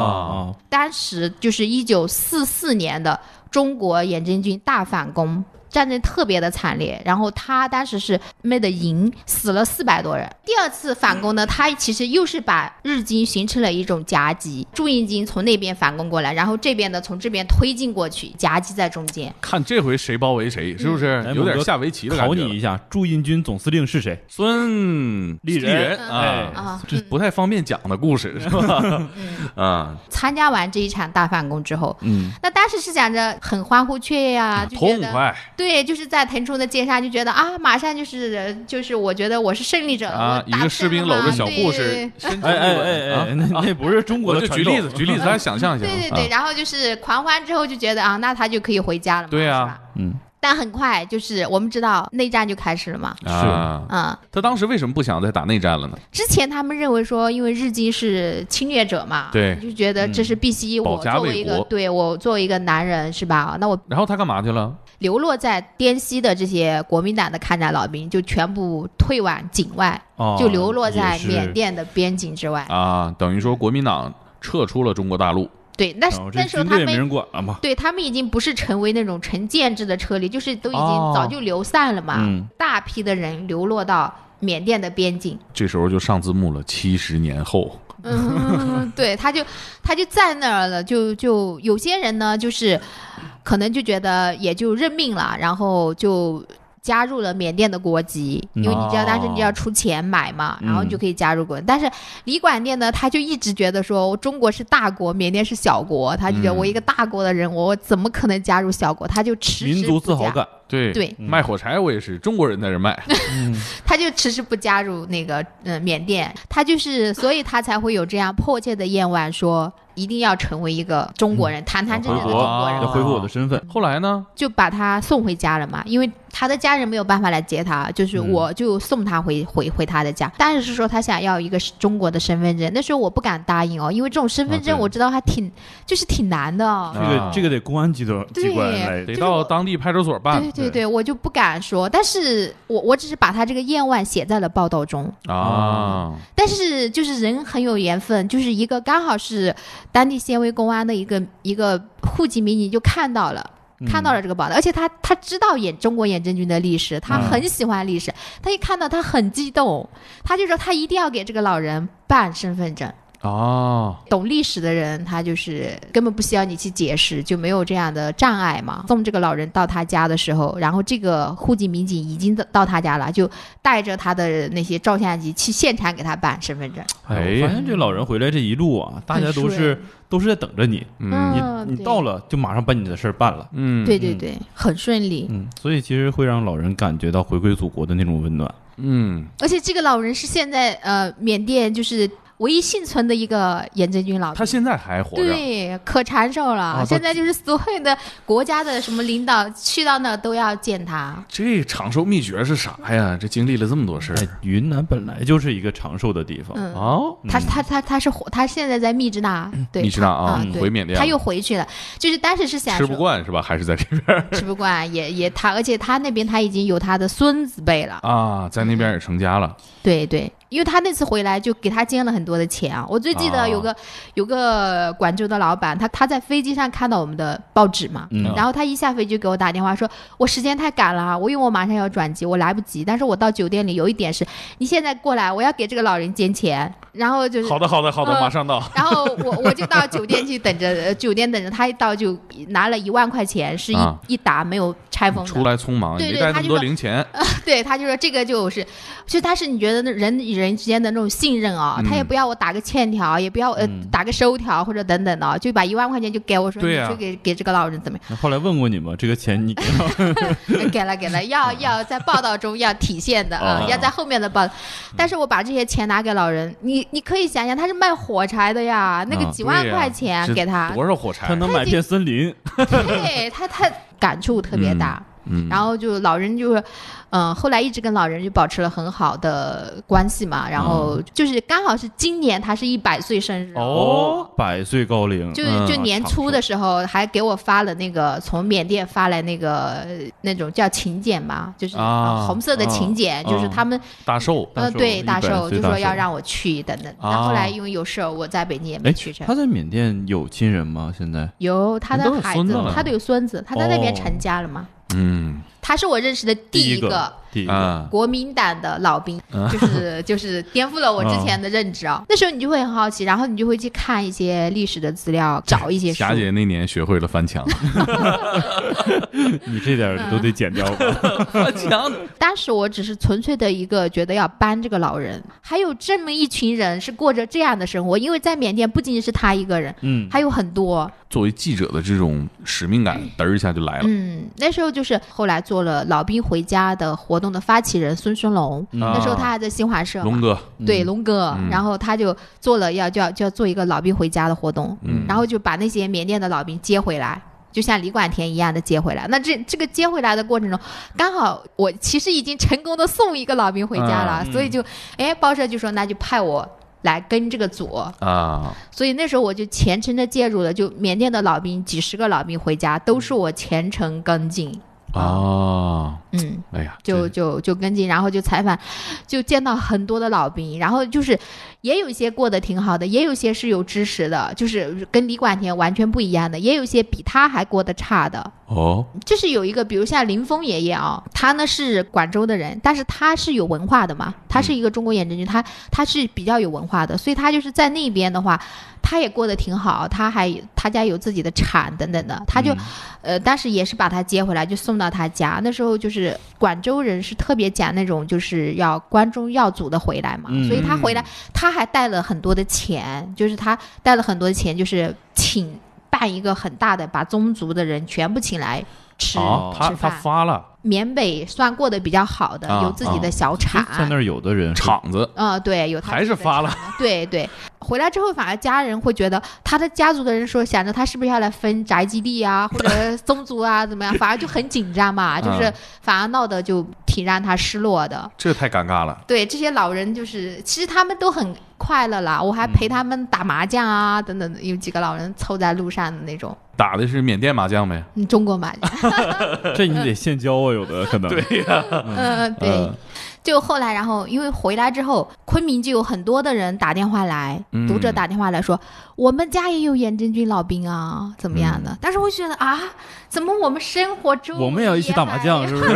Speaker 7: 啊，
Speaker 6: 当时就是一九四四年的中国远征军大反攻，战争特别的惨烈。然后他当时是没得赢，死了四百多人。第二次反攻呢，他其实又是把日军形成了一种夹击，驻印军从那边反攻过来，然后这边呢从这边推进过去，夹击在中间。
Speaker 1: 看这回谁包围谁，是不是
Speaker 7: 嗯
Speaker 1: 有点下围棋的感
Speaker 7: 考
Speaker 1: 觉了？
Speaker 7: 你一下，驻印军总司令是谁？
Speaker 1: 孙
Speaker 7: 立人
Speaker 1: 人
Speaker 7: 哎
Speaker 1: 啊
Speaker 6: 啊，
Speaker 1: 这不太方便讲的故事是吧？
Speaker 6: 嗯
Speaker 1: 啊，
Speaker 6: 参加完这一场大反攻之后，
Speaker 7: 嗯，
Speaker 6: 那当时是想着很欢呼雀跃啊，就觉
Speaker 1: 痛
Speaker 6: 得
Speaker 1: 快
Speaker 6: 对，就是在腾冲的街上就觉得啊，马上就是就是，我觉得我是胜利者了
Speaker 1: 啊！
Speaker 6: 我
Speaker 1: 一
Speaker 6: 达
Speaker 1: 个
Speaker 6: 成
Speaker 1: 士兵
Speaker 6: 了
Speaker 1: 搂着
Speaker 6: 嘛
Speaker 1: 小护士
Speaker 6: 对，
Speaker 1: 伸肩
Speaker 7: 哎哎
Speaker 1: 一
Speaker 7: 哎
Speaker 1: 吻啊
Speaker 7: 哎，那那不是中国
Speaker 1: 我
Speaker 7: 的
Speaker 1: 就
Speaker 7: 传
Speaker 1: 举
Speaker 7: 统
Speaker 1: 例子，举例子，大家想象一下。
Speaker 6: 对对
Speaker 1: 啊
Speaker 6: 对，然后就是狂欢之后就觉得啊，那他就可以回家了嘛，
Speaker 1: 对啊
Speaker 6: 是吧，
Speaker 7: 嗯，
Speaker 6: 但很快就是我们知道内战就开始了嘛，
Speaker 1: 啊，
Speaker 6: 嗯，
Speaker 1: 他当时为什么不想再打内战了呢？
Speaker 6: 之前他们认为说，因为日军是侵略者嘛，
Speaker 1: 对嗯
Speaker 6: 就觉得这是必须
Speaker 1: 保
Speaker 6: 我
Speaker 1: 家
Speaker 6: 作
Speaker 1: 卫
Speaker 6: 为一个
Speaker 1: 国
Speaker 6: 对我作为一个男人是吧？那我
Speaker 1: 然后他干嘛去了？
Speaker 6: 流落在滇西的这些国民党的抗战老兵就全部退往境外，
Speaker 7: 啊
Speaker 6: 就流落在
Speaker 7: 也是
Speaker 6: 缅甸的边境之外。
Speaker 1: 啊，等于说国民党撤出了中国大陆。
Speaker 6: 对，那
Speaker 7: 然后哦这
Speaker 6: 那时候
Speaker 7: 军
Speaker 6: 他
Speaker 7: 队也没
Speaker 6: 们
Speaker 7: 人管了嘛。
Speaker 6: 对他们已经不是成为那种成建制的车厘，就是都已
Speaker 1: 哦
Speaker 6: 经早就流散了嘛。
Speaker 7: 嗯
Speaker 6: 大批的人流落到缅甸的边境，
Speaker 1: 这时候就上字幕了，七十年后，
Speaker 6: 嗯， 对，他就他就在那儿了，就就有些人呢，就是可能就觉得也就认命了，然后就。加入了缅甸的国籍，因为你知道当时你
Speaker 7: 哦
Speaker 6: 就要出钱买嘛，然后
Speaker 7: 嗯
Speaker 6: 你就可以加入国。但是李广电呢，他就一直觉得说中国是大国，缅甸是小国，他就觉
Speaker 1: 嗯
Speaker 6: 得我一个大国的人，我怎么可能加入小国？他就迟迟
Speaker 7: 民族自
Speaker 6: 不加
Speaker 7: 豪感，
Speaker 1: 对
Speaker 6: 对
Speaker 1: 卖火柴我也是中国人在这卖，
Speaker 7: 嗯
Speaker 6: 他就迟迟不加入那个呃缅甸，他就是，所以他才会有这样迫切的愿望，说一定要成为一个中国人，堂堂正正的中国
Speaker 1: 啊
Speaker 6: 人，
Speaker 7: 要恢复我的身份。
Speaker 1: 后来呢？
Speaker 6: 就把他送回家了嘛，因为他的家人没有办法来接他，就是
Speaker 7: 嗯
Speaker 6: 我就送他回回回他的家，但是是说他想要一个中国的身份证，那时候我不敢答应哦，因为这种身份
Speaker 1: 啊
Speaker 6: 证
Speaker 1: 对
Speaker 6: 我知道还挺就是挺难的哦，
Speaker 7: 这
Speaker 1: 啊
Speaker 7: 个这个得公安机关
Speaker 6: 对
Speaker 7: 机关来
Speaker 1: 得
Speaker 6: 就是
Speaker 1: 到
Speaker 6: 我
Speaker 1: 当地派出所办
Speaker 6: 对对
Speaker 7: 对
Speaker 6: 对，我就不敢说，但是我我只是把他这个愿望写在了报道中。
Speaker 1: 啊。
Speaker 6: 但是就是人很有缘分，就是一个刚好是当地县委公安的一个一个户籍民警就看到了。看到了这个报道，而且他他知道远中国远征军的历史，他很喜欢历史。他一看到他很激动，他就说他一定要给这个老人办身份证。
Speaker 1: 哦，
Speaker 6: 懂历史的人，他就是根本不需要你去解释，就没有这样的障碍嘛。送这个老人到他家的时候，然后这个户籍民警已经到到他家了，就带着他的那些照相机去现场给他办身份证。
Speaker 1: 哎
Speaker 7: 哎，我发现这老人回来这一路啊，大家都
Speaker 6: 很顺
Speaker 7: 是都是在等着你，
Speaker 1: 嗯
Speaker 6: 嗯
Speaker 7: 你你
Speaker 6: 对
Speaker 7: 到了就马上把你的事儿办了。
Speaker 1: 嗯，
Speaker 6: 对对
Speaker 7: 嗯
Speaker 6: 对，很顺利。
Speaker 7: 嗯，所以其实会让老人感觉到回归祖国的那种温暖。
Speaker 1: 嗯，
Speaker 6: 而且这个老人是现在呃缅甸就是唯一幸存的一个远征军老
Speaker 1: 他
Speaker 6: 兵。
Speaker 1: 现在哦还活着，
Speaker 6: 对，可长寿了。
Speaker 7: 啊他
Speaker 6: 现在就是所有的国家的什么领导去到那儿都要见他。
Speaker 1: 这长寿秘诀是啥呀？这经历了这么多事
Speaker 7: 哎
Speaker 1: 儿，
Speaker 7: 云南本来就是一个长寿的地方，
Speaker 6: 嗯，
Speaker 1: 哦，
Speaker 6: 他他他他是活他现在在密支那，对，
Speaker 1: 你知道
Speaker 6: 他
Speaker 1: 啊
Speaker 6: 嗯，对
Speaker 1: 回缅甸
Speaker 6: 他又回去了。就是当时是想
Speaker 1: 吃
Speaker 6: 说
Speaker 1: 不，惯是吧？还是在这边儿
Speaker 6: 吃不惯，也也他，而且他那边他已经有他的孙子辈了。
Speaker 1: 啊，在那边也成家了，
Speaker 6: 对对，因为他那次回来就给他捐了很多的钱啊。我最记得
Speaker 1: 哦
Speaker 6: 有个、有个广州的老板，他他在飞机上看到我们的报纸嘛，
Speaker 7: 嗯
Speaker 6: 然后他一下飞机就给我打电话说，我时间太赶了，啊我因为我马上要转机，我来不及。但是我到酒店里有一点是，你现在过来，我要给这个老人捐钱。然后就 是
Speaker 1: 好的，好的，好的，
Speaker 6: 嗯
Speaker 1: 马上到。
Speaker 6: 然后我我就到酒店去等着，呃酒店等着他一到就拿了一万块钱，是一、
Speaker 1: 啊
Speaker 6: 一沓没有拆封
Speaker 1: 出
Speaker 6: 的。
Speaker 1: 来匆忙，
Speaker 6: 对
Speaker 1: 你没
Speaker 6: 对
Speaker 1: 带
Speaker 6: 他
Speaker 1: 那么
Speaker 6: 就
Speaker 1: 多
Speaker 6: 说
Speaker 1: 零钱，
Speaker 6: 对，他就说这个就是，其实他是你觉得那人人人之间的那种信任啊，他也
Speaker 7: 嗯
Speaker 6: 不要我打个欠条，也不要呃
Speaker 7: 嗯
Speaker 6: 打个收条或者等等的，啊就把一万块钱就给我说，
Speaker 1: 对啊呀
Speaker 6: 你去给给这个老人怎么样？呃
Speaker 7: 那后来问过你吗？这个钱你给到
Speaker 6: 给了给了，要要在报道中要体现的啊
Speaker 7: 哦，
Speaker 6: 要在后面的报道。
Speaker 1: 嗯
Speaker 6: 但是我把这些钱拿给老人，你你可以想想，他是卖火柴的呀，那个
Speaker 7: 啊
Speaker 6: 几万
Speaker 1: 嗯对呀
Speaker 6: 块钱
Speaker 1: 这
Speaker 6: 给他，
Speaker 1: 多少火柴啊
Speaker 7: 他？能买片森林？
Speaker 6: 对他他感触特别大。
Speaker 1: 嗯
Speaker 6: 然后就老人就是，嗯、后来一直跟老人就保持了很好的关系嘛。然后就是刚好是今年他是一百岁生日，
Speaker 7: 哦，百岁高龄，
Speaker 6: 就是
Speaker 7: 嗯
Speaker 6: 就年初的，时候还给我发了那个从缅甸发来那个那种叫请柬嘛，就是、
Speaker 1: 啊
Speaker 6: 呃红色的请柬，
Speaker 7: 啊
Speaker 6: 就是他们、
Speaker 1: 大寿
Speaker 7: 大
Speaker 6: 呃
Speaker 7: 寿
Speaker 6: 对大
Speaker 7: 100
Speaker 6: 寿
Speaker 7: 岁
Speaker 6: 就
Speaker 7: 大
Speaker 6: 说
Speaker 7: 寿
Speaker 6: 要让我去等等。
Speaker 1: 啊
Speaker 6: 但后来因为有事儿，我在北京也没
Speaker 7: 哎
Speaker 6: 去，成。
Speaker 7: 他在缅甸有亲人吗？现在
Speaker 6: 有他
Speaker 1: 人都
Speaker 6: 的
Speaker 1: 有
Speaker 6: 孩
Speaker 1: 孙子
Speaker 6: 子
Speaker 1: 了，
Speaker 6: 他都有孙子，他在那边
Speaker 7: 哦
Speaker 6: 成家了嘛。
Speaker 1: 嗯
Speaker 6: 他是我认识的第
Speaker 7: 一
Speaker 6: 一
Speaker 7: 个
Speaker 6: 个，
Speaker 7: 第一个，
Speaker 1: 啊，嗯
Speaker 6: 国民党的老兵，就是 就是颠覆了我之前的认知啊。那时候你就会很好奇，然后你就会去看一些历史的资料，找一些书
Speaker 1: 霞。姐那年学会了翻 墙，
Speaker 7: 你这点
Speaker 6: 嗯
Speaker 7: 儿都得剪掉 吧？
Speaker 1: 翻墙
Speaker 6: 当时我只是纯粹的一个觉得要帮这个老人，还有这么一群人是过着这样的生活，因为在缅甸不仅仅是他一个人，
Speaker 7: 嗯，
Speaker 6: 还有很多。
Speaker 1: 作为记者的这种使命感，嘚儿一下就来了。
Speaker 6: 嗯，那时候就是后来做了老兵回家的活动的发起人孙春龙，那时候他还在新华社
Speaker 1: 啊
Speaker 6: 嘛。
Speaker 1: 龙哥，
Speaker 6: 对龙哥，
Speaker 1: 嗯
Speaker 6: 然后他就做了要就要就要做一个老兵回家的活动，
Speaker 1: 嗯
Speaker 6: 然后就把那些缅甸的老兵接回来。就像李管田一样的接回来，那这这个接回来的过程中，刚好我其实已经成功的送一个老兵回家了，
Speaker 7: 嗯
Speaker 6: 所以就，哎，报社就说那就派我来跟这个组，
Speaker 1: 啊，
Speaker 6: 所以那时候我就全程的介入了，就缅甸的老兵几十个老兵回家
Speaker 7: 嗯
Speaker 6: 都是我全程跟进，
Speaker 1: 哦，
Speaker 6: 嗯，
Speaker 1: 哎呀，
Speaker 6: 啊就
Speaker 1: 这
Speaker 6: 就就跟进，然后就采访，就见到很多的老兵，然后就是也有一些过得挺好的，也有些是有知识的，就是跟李管田完全不一样的，也有一些比他还过得差的。
Speaker 1: 哦，
Speaker 6: 就是有一个，比如像林峰爷爷啊、他呢是广州的人，但是他是有文化的嘛，他是一个中国眼睁军，他他是比较有文化的，所以他就是在那边的话，他也过得挺好，他还他家有自己的厂等等的，他就、呃当时也是把他接回来，就送到他家。那时候就是广州人是特别讲那种就是要关中药祖的回来嘛，
Speaker 7: 嗯
Speaker 6: 所以他回来他还带了很多的钱，就是他带了很多的钱，就是请办一个很大的，把宗族的人全部请来吃、
Speaker 1: 啊，他
Speaker 6: 吃
Speaker 1: 他
Speaker 6: 饭。
Speaker 1: 发了
Speaker 6: 缅北算过得比较好的，
Speaker 1: 啊
Speaker 6: 有自己的小
Speaker 7: 其
Speaker 6: 产。
Speaker 7: 实在那儿有的人是
Speaker 1: 场子，
Speaker 6: 嗯，对，有他
Speaker 1: 还是
Speaker 6: 自己的
Speaker 1: 发了
Speaker 6: 厂子。对对，回来之后反而家人会觉得他的家族的人说想着他是不是要来分宅基地啊，或者 宗族啊怎么样，反而就很紧张嘛，就是
Speaker 1: 嗯
Speaker 6: 反而闹得就挺让他失落的。
Speaker 1: 这太尴尬了。
Speaker 6: 对这些老人，就是其实他们都很快乐啦，我还
Speaker 7: 嗯
Speaker 6: 陪他们打麻将啊，等等的，有几个老人凑在路上的那种，
Speaker 1: 打的是缅甸麻将呗，
Speaker 6: 嗯，中国麻将，
Speaker 7: 这你得现交啊，有的可能。 对，
Speaker 6: 嗯， 对。就后来，然后因为回来之后，昆明就有很多的人打电话来，
Speaker 1: 嗯
Speaker 6: 读者打电话来说，我们家也有眼真菌老兵啊，怎么样的？但是我觉得啊，怎么我们生活中
Speaker 7: 嗯我们也要一起打麻将，
Speaker 6: 还
Speaker 7: 是不 是？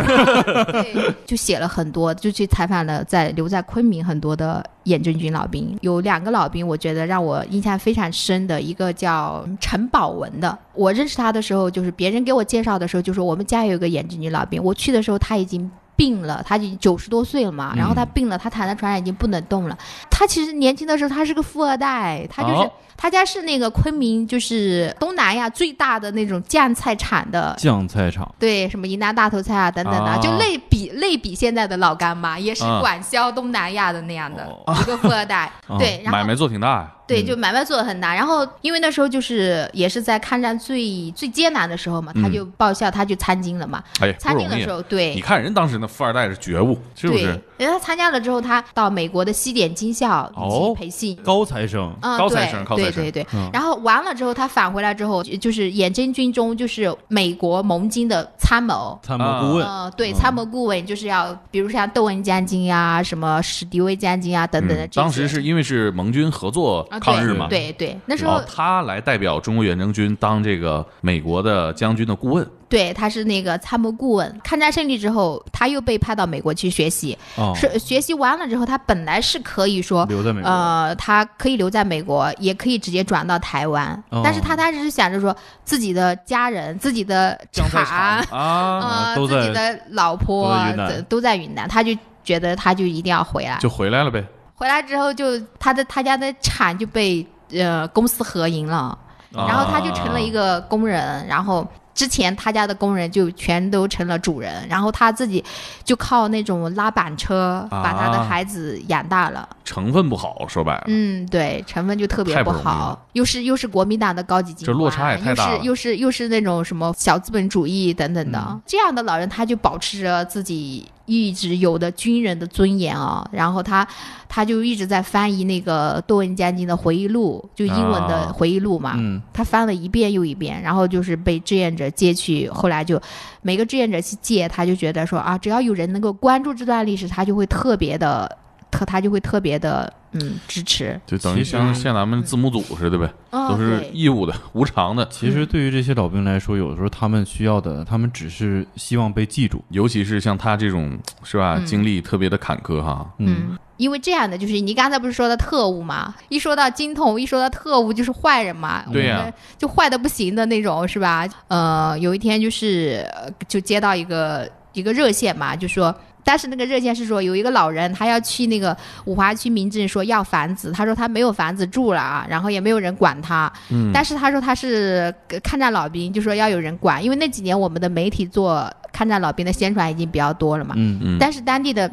Speaker 6: 对，就写了很多，就去采访了在留在昆明很多的眼真菌老兵，有两个老兵，我觉得让我印象非常深的，一个叫陈宝文的，我认识他的时候，就是别人给我介绍的时候，就说我们家有一个眼真菌老兵，我去的时候他已经。病了，他已经九十多岁了嘛，然后他病了，他躺在床上已经不能动了。他其实年轻的时候他是个富二代，他就是、
Speaker 1: 哦
Speaker 6: 他家是那个昆明，就是东南亚最大的那种酱菜厂的
Speaker 7: 酱菜场，
Speaker 6: 对，什么云南大头菜啊等等的，
Speaker 1: 啊
Speaker 6: 就类比类比现在的老干妈，也是
Speaker 1: 啊
Speaker 6: 管销东南亚的那样的、一 个富二代。
Speaker 7: 啊
Speaker 6: 对，
Speaker 1: 哦嗯
Speaker 6: 然后
Speaker 1: 买卖做挺大呀。
Speaker 6: 对，就买卖做的很大。然后因为那时候就是也是在抗战最最艰难的时候嘛，他就报效，他去参军了嘛。
Speaker 1: 哎，嗯不
Speaker 6: 参军
Speaker 1: 容
Speaker 6: 的
Speaker 1: 易
Speaker 6: 时。候，对
Speaker 1: 你，看人当时那富二代是觉悟，是不
Speaker 6: 对，
Speaker 1: 是？
Speaker 6: 然后他参加了之后，他到美国的西点军校
Speaker 1: 哦
Speaker 6: 以及培训。
Speaker 7: 高材生，
Speaker 6: 嗯，
Speaker 1: 高
Speaker 6: 对
Speaker 1: 材生高材生
Speaker 6: 对对对
Speaker 7: 嗯。
Speaker 6: 然后完了之后，他返回来之后，就就是远征军中就是美国盟军的参谋，
Speaker 7: 参谋顾问，
Speaker 6: 呃，对，
Speaker 7: 嗯
Speaker 6: 参谋顾问就是要，比如像窦文将军啊，什么史迪威将军啊等等的
Speaker 1: 嗯
Speaker 6: 这些。
Speaker 1: 当时是因为是盟军合作
Speaker 6: 啊，对
Speaker 1: 抗日嘛，
Speaker 6: 对对，那时候
Speaker 1: 哦，他来代表中国远征军当这个美国的将军的顾 问，
Speaker 6: 对他是那个参谋顾问。抗战胜利之后，他又被派到美国去学习，
Speaker 7: 哦，
Speaker 6: 是学习完了之后，他本来是可以说。
Speaker 7: 留在美国，
Speaker 6: 呃，他可以留在美国，也可以直接转到台湾，
Speaker 7: 哦
Speaker 6: 但是他当时是想着说自己的家人、自己的
Speaker 1: 将在
Speaker 6: 厂
Speaker 1: 场啊，
Speaker 6: 呃，
Speaker 7: 嗯都
Speaker 6: 自己
Speaker 7: 在
Speaker 6: 的老婆
Speaker 7: 都在云南
Speaker 6: 都在云南，他就觉得他就一定要回来，
Speaker 1: 就回来了呗。
Speaker 6: 回来之后就他的他家的产就被呃公司合营了，
Speaker 1: 啊
Speaker 6: 然后他就成了一个工人，然后。之前他家的工人就全都成了主人，然后他自己就靠那种拉板车把他的
Speaker 1: 啊
Speaker 6: 孩子养大了。
Speaker 1: 成分不好，说白了，
Speaker 6: 嗯，对，成分就特别
Speaker 1: 太
Speaker 6: 不
Speaker 1: 不容易了
Speaker 6: 好，又是又是国民党的高级警
Speaker 1: 这
Speaker 6: 官，
Speaker 1: 落差也太大了嗯
Speaker 6: 又是又是又是那种什么小资本主义等等的，这样的老人他就保持着自己一直有的军人的尊严啊、然后他他就一直在翻译那个窦文将军的回忆录，就英文的
Speaker 1: 啊
Speaker 6: 回忆录嘛，
Speaker 1: 嗯
Speaker 6: 他翻了一遍又一遍，然后就是被志愿者借去，后来就每个志愿者去借，他就觉得说啊，只要有人能够关注这段历史，他就会特别的特，他就会特别的嗯支持。
Speaker 1: 就等于
Speaker 7: 其实
Speaker 1: 像像咱们字幕组似的呗，
Speaker 6: 啊
Speaker 1: 都是
Speaker 6: 嗯对
Speaker 1: 义务的、无偿的，
Speaker 7: 其
Speaker 6: 嗯
Speaker 7: 实对于这些老兵来说，有的时候他们需要的，他们只是希望被记住。
Speaker 1: 尤其是像他这种是吧，
Speaker 6: 嗯
Speaker 1: 经历特别的坎坷哈。
Speaker 6: 嗯，因为这样的就是你刚才不是说的特务嘛，一说到金童，一说到特务就是坏人嘛，
Speaker 1: 对呀、
Speaker 6: 就坏的不行的那种，是吧？呃，有一天就是呃就接到一个一个热线嘛，就说。但是那个热线是说有一个老人，他要去那个五华区民政说要房子，他说他没有房子住了啊，然后也没有人管他。
Speaker 1: 嗯
Speaker 6: 但是他说他是呃抗战老兵，就说要有人管，因为那几年我们的媒体做抗战老兵的宣传已经比较多了嘛。
Speaker 7: 嗯，
Speaker 1: 嗯，
Speaker 6: 但是当地的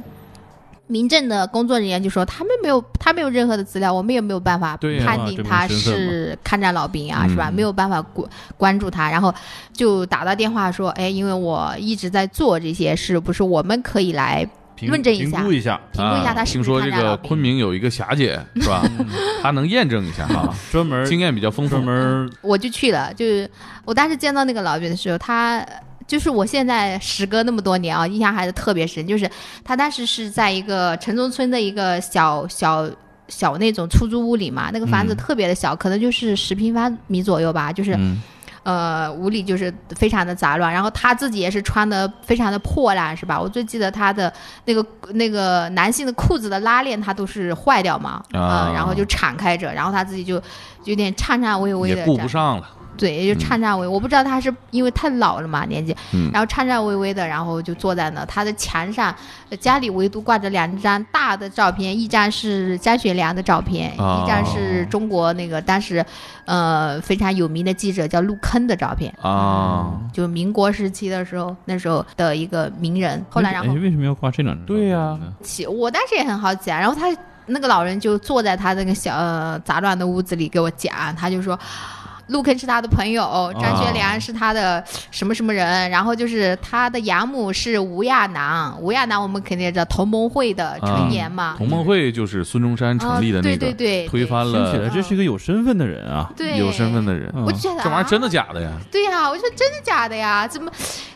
Speaker 6: 民政的工作人员就说，他们没有，他没有任何的资料，我们也没有办法
Speaker 1: 对呀
Speaker 6: 判
Speaker 7: 啊
Speaker 6: 定
Speaker 7: 这没
Speaker 6: 他
Speaker 7: 身份
Speaker 6: 是抗战老兵啊，
Speaker 1: 嗯
Speaker 6: 是吧？没有办法关关注他，然后就打到电话说，哎，因为我一直在做这些事，不是我们可以来
Speaker 7: 评
Speaker 6: 论证一下
Speaker 7: 评估一下，
Speaker 6: 评估一下他
Speaker 1: 啊
Speaker 6: 是
Speaker 1: 听
Speaker 6: 不
Speaker 1: 说
Speaker 6: 是
Speaker 1: 这
Speaker 6: 抗战
Speaker 1: 个
Speaker 6: 老兵。
Speaker 1: 昆明有一个霞姐是 吧？她能验证一下哈，
Speaker 7: 专门
Speaker 1: 经验比较丰富
Speaker 7: 专。门
Speaker 6: 我就去了，就是我当时见到那个老兵的时候，他就是我现在时隔那么多年啊，印象还是特别深。就是他当时是在一个城中村的一个小小小那种出租屋里嘛，那个房子
Speaker 7: 嗯
Speaker 6: 特别的小，可能就是十平方米左右吧，就是、
Speaker 7: 嗯
Speaker 6: 呃屋里就是非常的杂乱。然后他自己也是穿的非常的破烂，是吧？我最记得他的那个那个男性的裤子的拉链，他都是坏掉嘛，
Speaker 1: 啊
Speaker 6: 嗯然后就敞开着，然后他自己就。就有点颤颤巍巍的，
Speaker 1: 也顾不上了，
Speaker 6: 对，也就颤颤巍，我不知道他是因为太老了嘛年纪，
Speaker 1: 嗯
Speaker 6: 然后颤颤巍巍的，然后就坐在那。他的墙上，呃家里唯独挂着两张大的照片，一张是张学良的照片，
Speaker 1: 哦
Speaker 6: 一张是中国那个当时，呃非常有名的记者叫陆铿的照片，
Speaker 1: 啊。
Speaker 6: 就是民国时期的时候，那时候的一个名人。后来然后
Speaker 7: 哎为什么要挂这两张照
Speaker 1: 对
Speaker 7: 片呢？
Speaker 1: 呀
Speaker 6: 起，我当时也很好奇啊。然后他那个老人就坐在他那个小、呃、杂乱的屋子里给我讲，他就说。陆铿是他的朋友，张学
Speaker 1: 啊
Speaker 6: 良是他的什么什么人，然后就是他的养母是吴亚楠，吴亚楠我们肯定也知道同盟会的成员嘛，
Speaker 1: 同盟会就是孙中山啊成立的那
Speaker 6: 啊对
Speaker 1: 个，
Speaker 6: 对对
Speaker 1: 推翻
Speaker 7: 听起
Speaker 1: 了
Speaker 7: 来这是一个有身份的人啊。
Speaker 6: 对
Speaker 1: 有身份的人，
Speaker 7: 嗯
Speaker 6: 我就觉得
Speaker 1: 这玩意儿真的
Speaker 6: 啊
Speaker 1: 假的呀？
Speaker 6: 对呀、我说真的假的呀？怎么，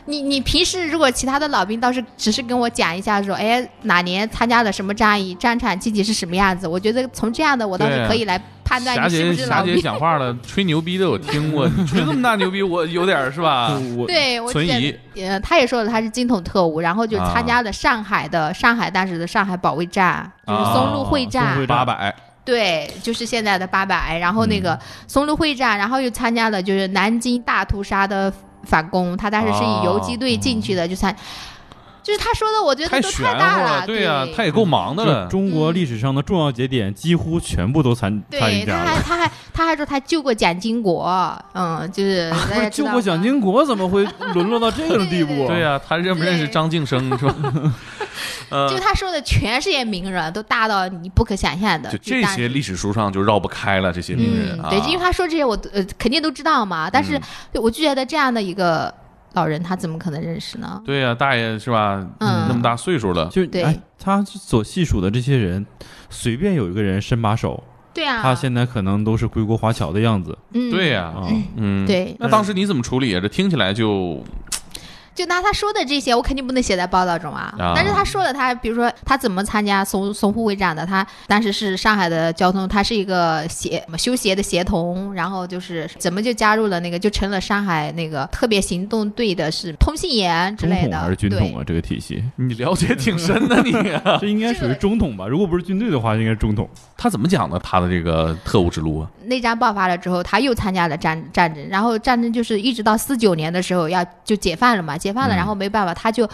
Speaker 6: 你你平时如果其他的老兵倒是只是跟我讲一下说，哎哪年参加了什么战役，战场具体是什么样子，我觉得从这样的我倒
Speaker 1: 对
Speaker 6: 是
Speaker 1: 啊
Speaker 6: 可以来判断
Speaker 1: 霞
Speaker 6: 你是
Speaker 1: 姐
Speaker 6: 不是老
Speaker 1: 霞
Speaker 6: 兵
Speaker 1: 姐。讲话 了，吹牛逼的我听过，你吹这么大牛逼，我有点儿是吧？
Speaker 7: 啊我
Speaker 6: 对，我
Speaker 1: 存
Speaker 6: 记得
Speaker 1: 疑。
Speaker 6: 呃，他也说了他是金统特务，然后就参加了上海的、上海当时的上海保卫战，就是
Speaker 1: 啊
Speaker 6: 淞沪会战，
Speaker 7: 淞沪会
Speaker 1: 八百，
Speaker 6: 对，就是现在的八百。然后那
Speaker 1: 嗯
Speaker 6: 个淞沪会战，然后又参加了就是南京大屠杀的反攻，他当时是以游击队进去的，就参，就是他说的，我觉得
Speaker 1: 哦太
Speaker 6: 都
Speaker 1: 玄
Speaker 6: 太
Speaker 1: 乎
Speaker 6: 大
Speaker 1: 对
Speaker 6: 呀、
Speaker 1: 呀，他也够忙的
Speaker 7: 这
Speaker 1: 了。
Speaker 7: 中国历史上的重要节点几乎全部都参
Speaker 6: 嗯
Speaker 7: 参
Speaker 6: 对，
Speaker 7: 与
Speaker 6: 他
Speaker 7: 战
Speaker 6: 还
Speaker 7: 了。
Speaker 6: 他还他还说他救过蒋经国，嗯，就是
Speaker 1: 啊
Speaker 6: 大
Speaker 7: 不
Speaker 6: 家
Speaker 7: 是
Speaker 6: 知
Speaker 7: 救
Speaker 6: 道
Speaker 7: 过
Speaker 6: 吗
Speaker 7: 蒋经国，怎么会沦落到这种地步？啊
Speaker 1: 对呀，他认不认识
Speaker 6: 对
Speaker 1: 张晋生 是吧？呃
Speaker 6: 就，他说的全是些名人，都大到你不可想象的。
Speaker 1: 就这
Speaker 6: 当
Speaker 1: 些历史书上就绕不开了这些名人啊。
Speaker 6: 对，因为他说这些我都呃肯定都知道嘛，但是
Speaker 1: 嗯
Speaker 6: 我就觉得这样的一个呃老人，他怎么可能认识呢？
Speaker 1: 对呀、大爷是吧？
Speaker 6: 嗯
Speaker 1: 那么大岁数了，
Speaker 7: 就
Speaker 6: 对
Speaker 7: 哎，他所细数的这些人，随便有一个人伸把手，
Speaker 6: 对啊，
Speaker 7: 他现在可能都是归国华侨的样子
Speaker 6: 嗯
Speaker 1: 对呀、
Speaker 7: 啊。
Speaker 1: 嗯，
Speaker 6: 对
Speaker 1: 那当时你怎么处理啊？这听起来就
Speaker 6: 就拿他说的这些，我肯定不能写在报道中啊。
Speaker 1: 啊
Speaker 6: 但是他说的他，比如说他怎么参加淞淞沪会战的，他当时是上海的交通，他是一个协修协的协同，然后就是怎么就加入了那个，就成了上海那个特别行动队的是通信员之
Speaker 7: 中
Speaker 6: 类
Speaker 7: 统
Speaker 6: 的，
Speaker 7: 还是军
Speaker 6: 对
Speaker 7: 统啊？这个体系，
Speaker 1: 你了解挺深的你、啊
Speaker 7: 这应该属于中统吧？如果不是军队的话，应该是中统。
Speaker 1: 他怎么讲的？他的这个特务之路啊？
Speaker 6: 内战爆发了之后，他又参加了战战争，然后战争就是一直到四九年的时候要就解放了嘛，解放了，
Speaker 1: 嗯
Speaker 6: 然后没办法，他就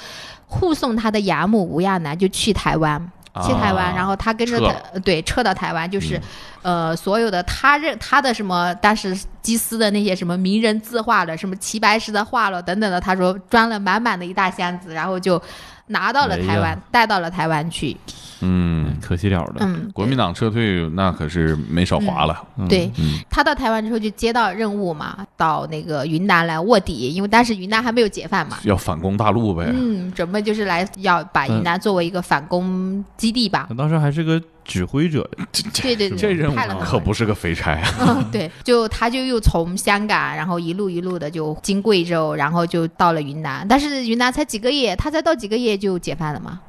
Speaker 6: 护送他的养母吴亚楠就去台湾， 去台湾，
Speaker 1: 啊
Speaker 6: 然后他跟着
Speaker 1: 撤嗯
Speaker 6: 他
Speaker 1: 了
Speaker 6: 呃对撤到台湾，就是、呃所有的他认他的什么当时基斯的那些什么名人字画了，什么齐白石的画了等等的，他说装了满满的一大箱子，然后就拿到了
Speaker 7: 哎呀
Speaker 6: 台湾，带到了台湾去。
Speaker 1: 嗯，
Speaker 7: 可惜了的。
Speaker 6: 嗯，
Speaker 1: 国民党撤退那可是没少划了。
Speaker 7: 嗯
Speaker 6: 对
Speaker 7: 嗯
Speaker 6: 他到台湾之后就接到任务嘛，到那个云南来卧底，因为当时云南还没有解放嘛。
Speaker 1: 要反攻大陆呗。
Speaker 6: 嗯，准备就是来要把
Speaker 1: 嗯
Speaker 6: 云南作为一个反攻基地吧。
Speaker 7: 他当时还是个指挥者，
Speaker 1: 这这
Speaker 6: 对对对，
Speaker 1: 这任
Speaker 6: 派了
Speaker 1: 务可不是个肥差啊！
Speaker 6: 嗯，对，就他就又从香港，然后一路一路的就经贵州，然后就到了云南。但是云南才几个月，他才到几个月就解放了嘛，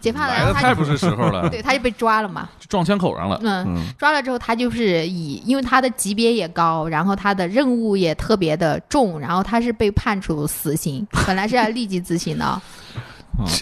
Speaker 6: 解放了，
Speaker 1: 来
Speaker 6: 然后
Speaker 1: 的
Speaker 6: 他
Speaker 1: 太
Speaker 6: 就
Speaker 1: 不是时候了，啊
Speaker 6: 对，他就被抓了嘛。
Speaker 1: 撞枪口上了。
Speaker 6: 嗯，
Speaker 7: 嗯，
Speaker 6: 抓了之后，他就是以因为他的级别也高，然后他的任务也特别的重，然后他是被判处死刑，本来是要立即执行的。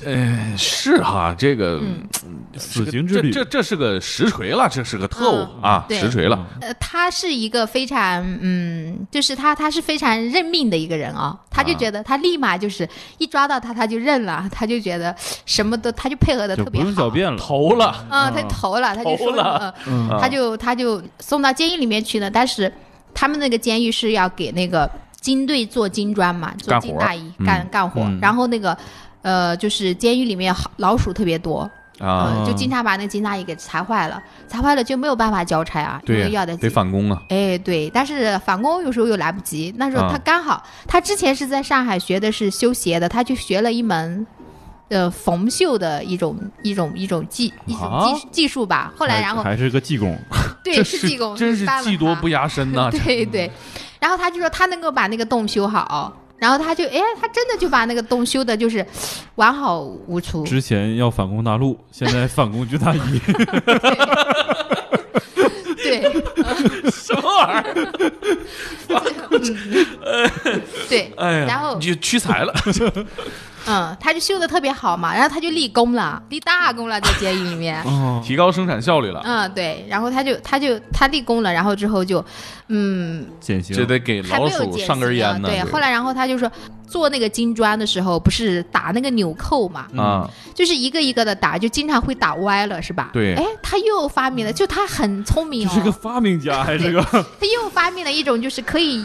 Speaker 1: 嗯，是哈，这个
Speaker 6: 嗯
Speaker 1: 这
Speaker 7: 死
Speaker 1: 个
Speaker 7: 刑之旅
Speaker 1: 这这这是个实锤了，这是个特务
Speaker 6: 嗯
Speaker 1: 啊，
Speaker 6: 对
Speaker 1: 实锤了。
Speaker 6: 呃，他是一个非常嗯，就是他他是非常认命的一个人啊、他就
Speaker 1: 啊
Speaker 6: 觉得他立马就是一抓到他他就认了，他就觉得什么都他就配合的
Speaker 7: 就
Speaker 6: 特
Speaker 7: 不
Speaker 6: 别
Speaker 7: 用狡
Speaker 6: 好。
Speaker 7: 辩了，
Speaker 1: 投了，啊
Speaker 6: 啊、他投了，他就
Speaker 1: 投
Speaker 6: 说，
Speaker 1: 了
Speaker 6: 嗯，他就他就送到监狱里面去了。但是他们那个监狱是要给那个军队做金砖嘛，做
Speaker 1: 干
Speaker 6: 金
Speaker 1: 活
Speaker 6: 大衣干干活。然后那个呃，就是监狱里面好老鼠特别多，
Speaker 1: 啊，
Speaker 6: 嗯，就经常把那个金大衣给踩坏了，踩坏了就没有办法交差啊，因为
Speaker 1: 对
Speaker 6: 要
Speaker 1: 呀，
Speaker 6: 得
Speaker 1: 得反攻啊。
Speaker 6: 哎，对，但是返工有时候又来不及。那时候他
Speaker 1: 啊
Speaker 6: 刚好，他之前是在上海学的是修鞋的，他就学了一门，呃，缝绣的一种一种一种技一种技、
Speaker 1: 啊
Speaker 6: 技术吧。后来，
Speaker 7: 还
Speaker 6: 然后
Speaker 7: 还是个技工，
Speaker 6: 对
Speaker 1: 这
Speaker 6: 是技工，
Speaker 1: 真
Speaker 6: 就是搬了
Speaker 1: 技多
Speaker 6: 他。
Speaker 1: 不压身呐
Speaker 6: 对对，然后他就说他能够把那个洞修好，然后他就哎，他真的就把那个洞修的，就是完好无缺。
Speaker 7: 之前要反攻大陆，现在反攻军大衣，
Speaker 6: 对，
Speaker 1: 什么玩意儿？
Speaker 6: 对，
Speaker 1: 哎呀，
Speaker 6: 然后
Speaker 1: 你就屈才了。
Speaker 6: 嗯，他就修的特别好嘛，然后他就立功了，立大功了，在监狱里面。
Speaker 1: 提高生产效率了，
Speaker 6: 嗯，对，然后他就他就他立功了，然后之后就，嗯，
Speaker 7: 减刑
Speaker 1: 这得给
Speaker 6: 还
Speaker 1: 老
Speaker 6: 没有
Speaker 1: 鼠
Speaker 6: 减
Speaker 1: 上根
Speaker 6: 刑啊
Speaker 1: 烟呢。
Speaker 6: 对，后来然后他就说做那个金砖的时候，不是打那个纽扣嘛，
Speaker 1: 啊，
Speaker 6: 就是一个一个的打，就经常会打歪了，是吧？
Speaker 1: 对
Speaker 6: 哎，他又发明了，就他很聪明
Speaker 7: 这是个
Speaker 6: 哦，
Speaker 7: 发明家，还是个
Speaker 6: 他又发明了一种就是可以，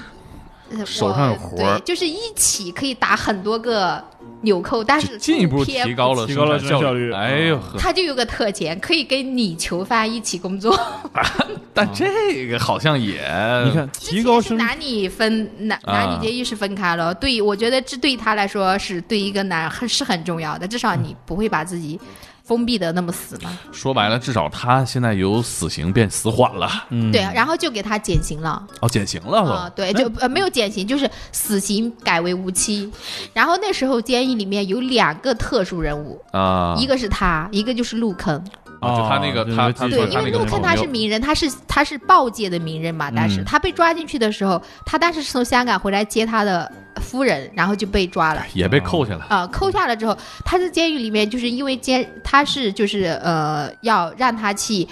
Speaker 6: 呃
Speaker 1: 手
Speaker 6: 我
Speaker 1: 上有活儿
Speaker 6: 对，就是一起可以打很多个纽扣，但
Speaker 1: 就是进一步
Speaker 6: 贴
Speaker 1: 提
Speaker 6: 不
Speaker 1: 高
Speaker 6: 起
Speaker 1: 了
Speaker 7: 提高了
Speaker 1: 生
Speaker 7: 生产
Speaker 1: 效
Speaker 7: 效率
Speaker 1: 哎呦
Speaker 7: 啊
Speaker 1: 呵，
Speaker 6: 他就有个特权，可以跟你囚犯一起工作。嗯
Speaker 1: 但这个好像也，
Speaker 7: 你看提高
Speaker 6: 之前是
Speaker 7: 生
Speaker 6: 男女分男
Speaker 1: 啊
Speaker 6: 男女监狱是分开了，对我觉得这对他来说是对一个男很是很重要的，至少你不会把自己封闭的那么死嘛。
Speaker 1: 说白了，至少他现在由死刑变死缓了，
Speaker 7: 嗯
Speaker 6: 对，啊然后就给他减刑了
Speaker 1: 哦，减刑了
Speaker 6: 啊、
Speaker 1: 都。
Speaker 6: 对，就呃没有减刑，就是死刑改为无期。然后那时候监狱里面有两个特殊人物，
Speaker 1: 啊，
Speaker 6: 一个是他，一个就是陆坑。
Speaker 1: 啊就他那个
Speaker 7: 哦
Speaker 1: 他
Speaker 7: 就是
Speaker 1: 他
Speaker 6: 对，
Speaker 7: 记者
Speaker 1: 说
Speaker 6: 因为
Speaker 1: 那个
Speaker 6: 陆坑
Speaker 7: 朋
Speaker 1: 朋
Speaker 6: 他
Speaker 1: 友嗯
Speaker 6: 是名人，他是他是报界的名人嘛，但是他被抓进去的时候，他当时是从香港回来接他的夫人，然后就被抓了。
Speaker 1: 也被
Speaker 7: 嗯
Speaker 1: 扣下来，
Speaker 6: 呃，扣下了之后，他在监狱里面，就是因为监，他是就是呃，要让他去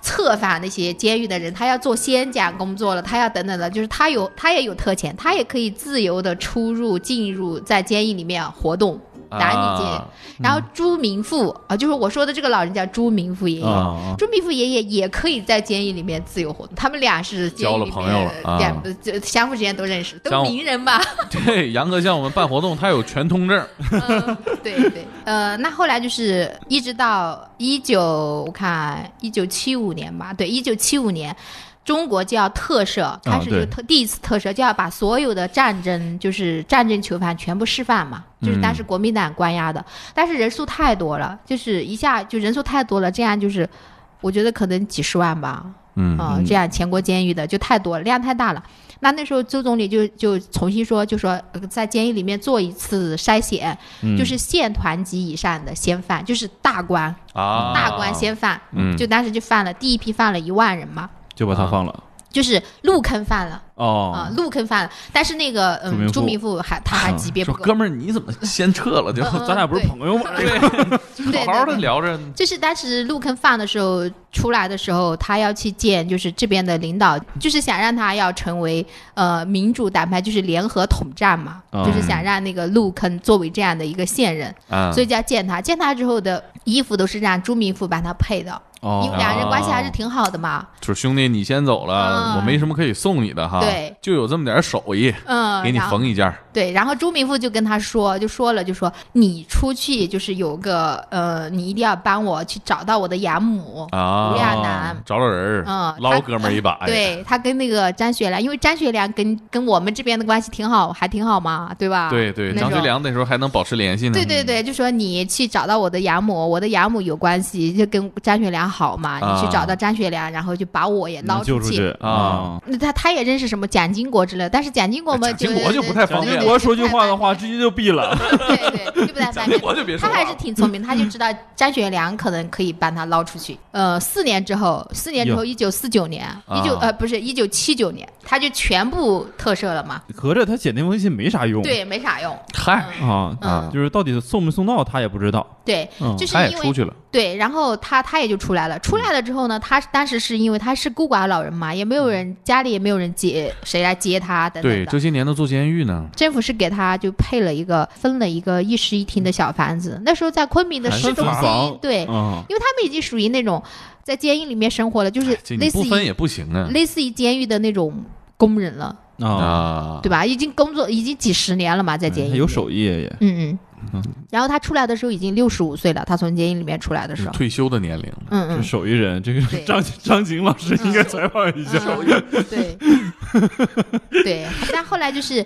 Speaker 6: 策反那些监狱的人，他要做先讲工作了，他要等等的，就是他有他也有特权，他也可以自由的出入、进入在监狱里面活动，男女监。
Speaker 1: 啊
Speaker 6: 然后朱明富啊、就是我说的这个老人叫朱明富爷爷。
Speaker 7: 啊，
Speaker 6: 朱明富爷爷也可以在监狱里面自由活动，他们俩是监狱
Speaker 1: 交了
Speaker 6: 里
Speaker 1: 朋
Speaker 6: 面
Speaker 1: 友了啊
Speaker 6: 两个就相互之间都认识，都
Speaker 1: 像
Speaker 6: 名人吧。
Speaker 1: 对，杨哥向我们办活动，他有全通证，
Speaker 6: 对对，呃，那后来就是一直到一九，我看一九七五年吧，对，一九七五年。中国就要特
Speaker 1: 啊
Speaker 6: 赦，开始
Speaker 7: 对
Speaker 6: 就特、第一次特赦，就要把所有的战争，就是战争囚犯全部释放嘛，
Speaker 1: 嗯
Speaker 6: 就是当时国民党关押的，但是人数太多了，就是一下就人数太多了，这样就是，我觉得可能几十万吧，
Speaker 1: 嗯
Speaker 6: 啊、这样全国监狱的就太多了，量太大了。那那时候周总理就就重新说，就说呃在监狱里面做一次筛选，就是
Speaker 1: 嗯
Speaker 6: 县团级以上的先犯，就是大官，
Speaker 1: 啊，
Speaker 6: 大官先犯，
Speaker 1: 嗯
Speaker 6: 就当时就犯了第一批犯了一万人嘛，
Speaker 7: 就把他放了，
Speaker 6: 就是入坑犯了，啊
Speaker 1: 哦，，
Speaker 6: 陆肯犯了，但是那个
Speaker 7: 朱明
Speaker 6: 嗯，
Speaker 7: 富
Speaker 6: 朱明富还他还级别不
Speaker 1: 说
Speaker 6: 够，
Speaker 1: 哥们儿，你怎么先撤了？就
Speaker 6: 嗯嗯
Speaker 1: 咱俩不是
Speaker 6: 对
Speaker 1: 朋友吗？对，
Speaker 6: 对
Speaker 1: 好好的
Speaker 6: 对对
Speaker 1: 聊着。
Speaker 6: 就是当时陆坑放的时候，出来的时候，他要去见就是这边的领导，就是想让他要成为呃民主党派，就是联合统战嘛，
Speaker 1: 嗯
Speaker 6: 就是想让那个陆坑作为这样的一个线人，
Speaker 1: 啊，
Speaker 6: 所以就要见他。见他之后的衣服都是让朱明富帮他配的，因
Speaker 1: 哦，
Speaker 6: 为两人关系还是挺好的嘛。
Speaker 1: 就是兄弟，你先走了，
Speaker 6: 嗯
Speaker 1: 我没什么可以送你的哈，
Speaker 6: 对，
Speaker 1: 就有这么点手艺，
Speaker 6: 嗯，
Speaker 1: 给你
Speaker 6: 然后
Speaker 1: 缝一件儿。
Speaker 6: 对，然后朱明富就跟他说，就说了，就说你出去就是有个呃，你一定要帮我去找到我的养母。
Speaker 1: 啊，
Speaker 6: 吴亚楠
Speaker 1: 找找人儿，
Speaker 6: 嗯
Speaker 1: 捞
Speaker 6: 他
Speaker 1: 哥们儿一把，哎
Speaker 6: 对他跟那个张学良，因为张学良跟跟我们这边的关系挺好，还挺好嘛，对吧？
Speaker 1: 对对，
Speaker 6: 那
Speaker 1: 张学
Speaker 6: 种。
Speaker 1: 良那时候还能保持联系呢，
Speaker 6: 对对对，就说你去找到我的养母，我的养母有关系，就跟张学良好嘛。你去
Speaker 1: 啊
Speaker 6: 找到张学良，然后就把我也捞
Speaker 7: 能救
Speaker 6: 出
Speaker 7: 出去
Speaker 6: 去。
Speaker 1: 啊，
Speaker 6: 那他他也认识什么蒋经国之类的，但是蒋经国嘛，
Speaker 1: 蒋经国就不太方
Speaker 7: 蒋
Speaker 1: 便
Speaker 7: 经
Speaker 1: 了
Speaker 7: 国说句话的话，
Speaker 6: 对
Speaker 7: 直接就毙了。
Speaker 6: 对对，就不太方
Speaker 1: 咱
Speaker 6: 便。
Speaker 1: 我就别说话
Speaker 6: 他还是
Speaker 1: 了
Speaker 6: 挺聪明，他就知道张学良可能可以把他捞出去。呃，四年之后，四年之后，一九四九年，一九呃不是一九七九年，他就全部特赦了嘛。
Speaker 7: 合着他写那封信没啥用。
Speaker 6: 对，没啥用。
Speaker 1: 嗨，
Speaker 7: 啊
Speaker 6: 嗯
Speaker 7: 就是到底送没送到他也不知道。
Speaker 6: 对，
Speaker 7: 嗯
Speaker 6: 就是
Speaker 1: 他也
Speaker 6: 因
Speaker 1: 出
Speaker 6: 为
Speaker 1: 去了，
Speaker 6: 对，然后他他也就出来了。出来了之后呢，他当时是因为他是孤寡老人嘛，也没有人家里也没有人接谁来接他等
Speaker 1: 对，
Speaker 6: 等
Speaker 1: 这
Speaker 6: 的。
Speaker 1: 些年都坐监狱呢，
Speaker 6: 政府是给他就配了一个分了一个一室一厅的小房子，那时候在昆明的
Speaker 1: 还
Speaker 6: 市
Speaker 1: 分
Speaker 6: 中
Speaker 1: 房
Speaker 6: 心，对，
Speaker 7: 嗯，
Speaker 6: 因为他们已经属于那种在监狱里面生活了，就是
Speaker 1: 这哎
Speaker 6: 类
Speaker 1: 你
Speaker 6: 似
Speaker 1: 不分
Speaker 6: 于
Speaker 1: 也不行啊
Speaker 6: 类似于监狱的那种工人了，
Speaker 7: 啊，
Speaker 1: 啊，
Speaker 6: 对吧？已经工作已经几十年了嘛，在监狱
Speaker 7: 他
Speaker 6: 里
Speaker 7: 有手艺也。
Speaker 6: 嗯嗯。然后他出来的时候已经六十五岁了，他从监狱里面出来的时候，
Speaker 1: 退休的年龄了，
Speaker 6: 嗯
Speaker 7: 这
Speaker 6: 嗯，
Speaker 7: 手艺人，这个
Speaker 6: 对
Speaker 7: 张张景老师应该采访一下。
Speaker 6: 嗯对对，但后来就是。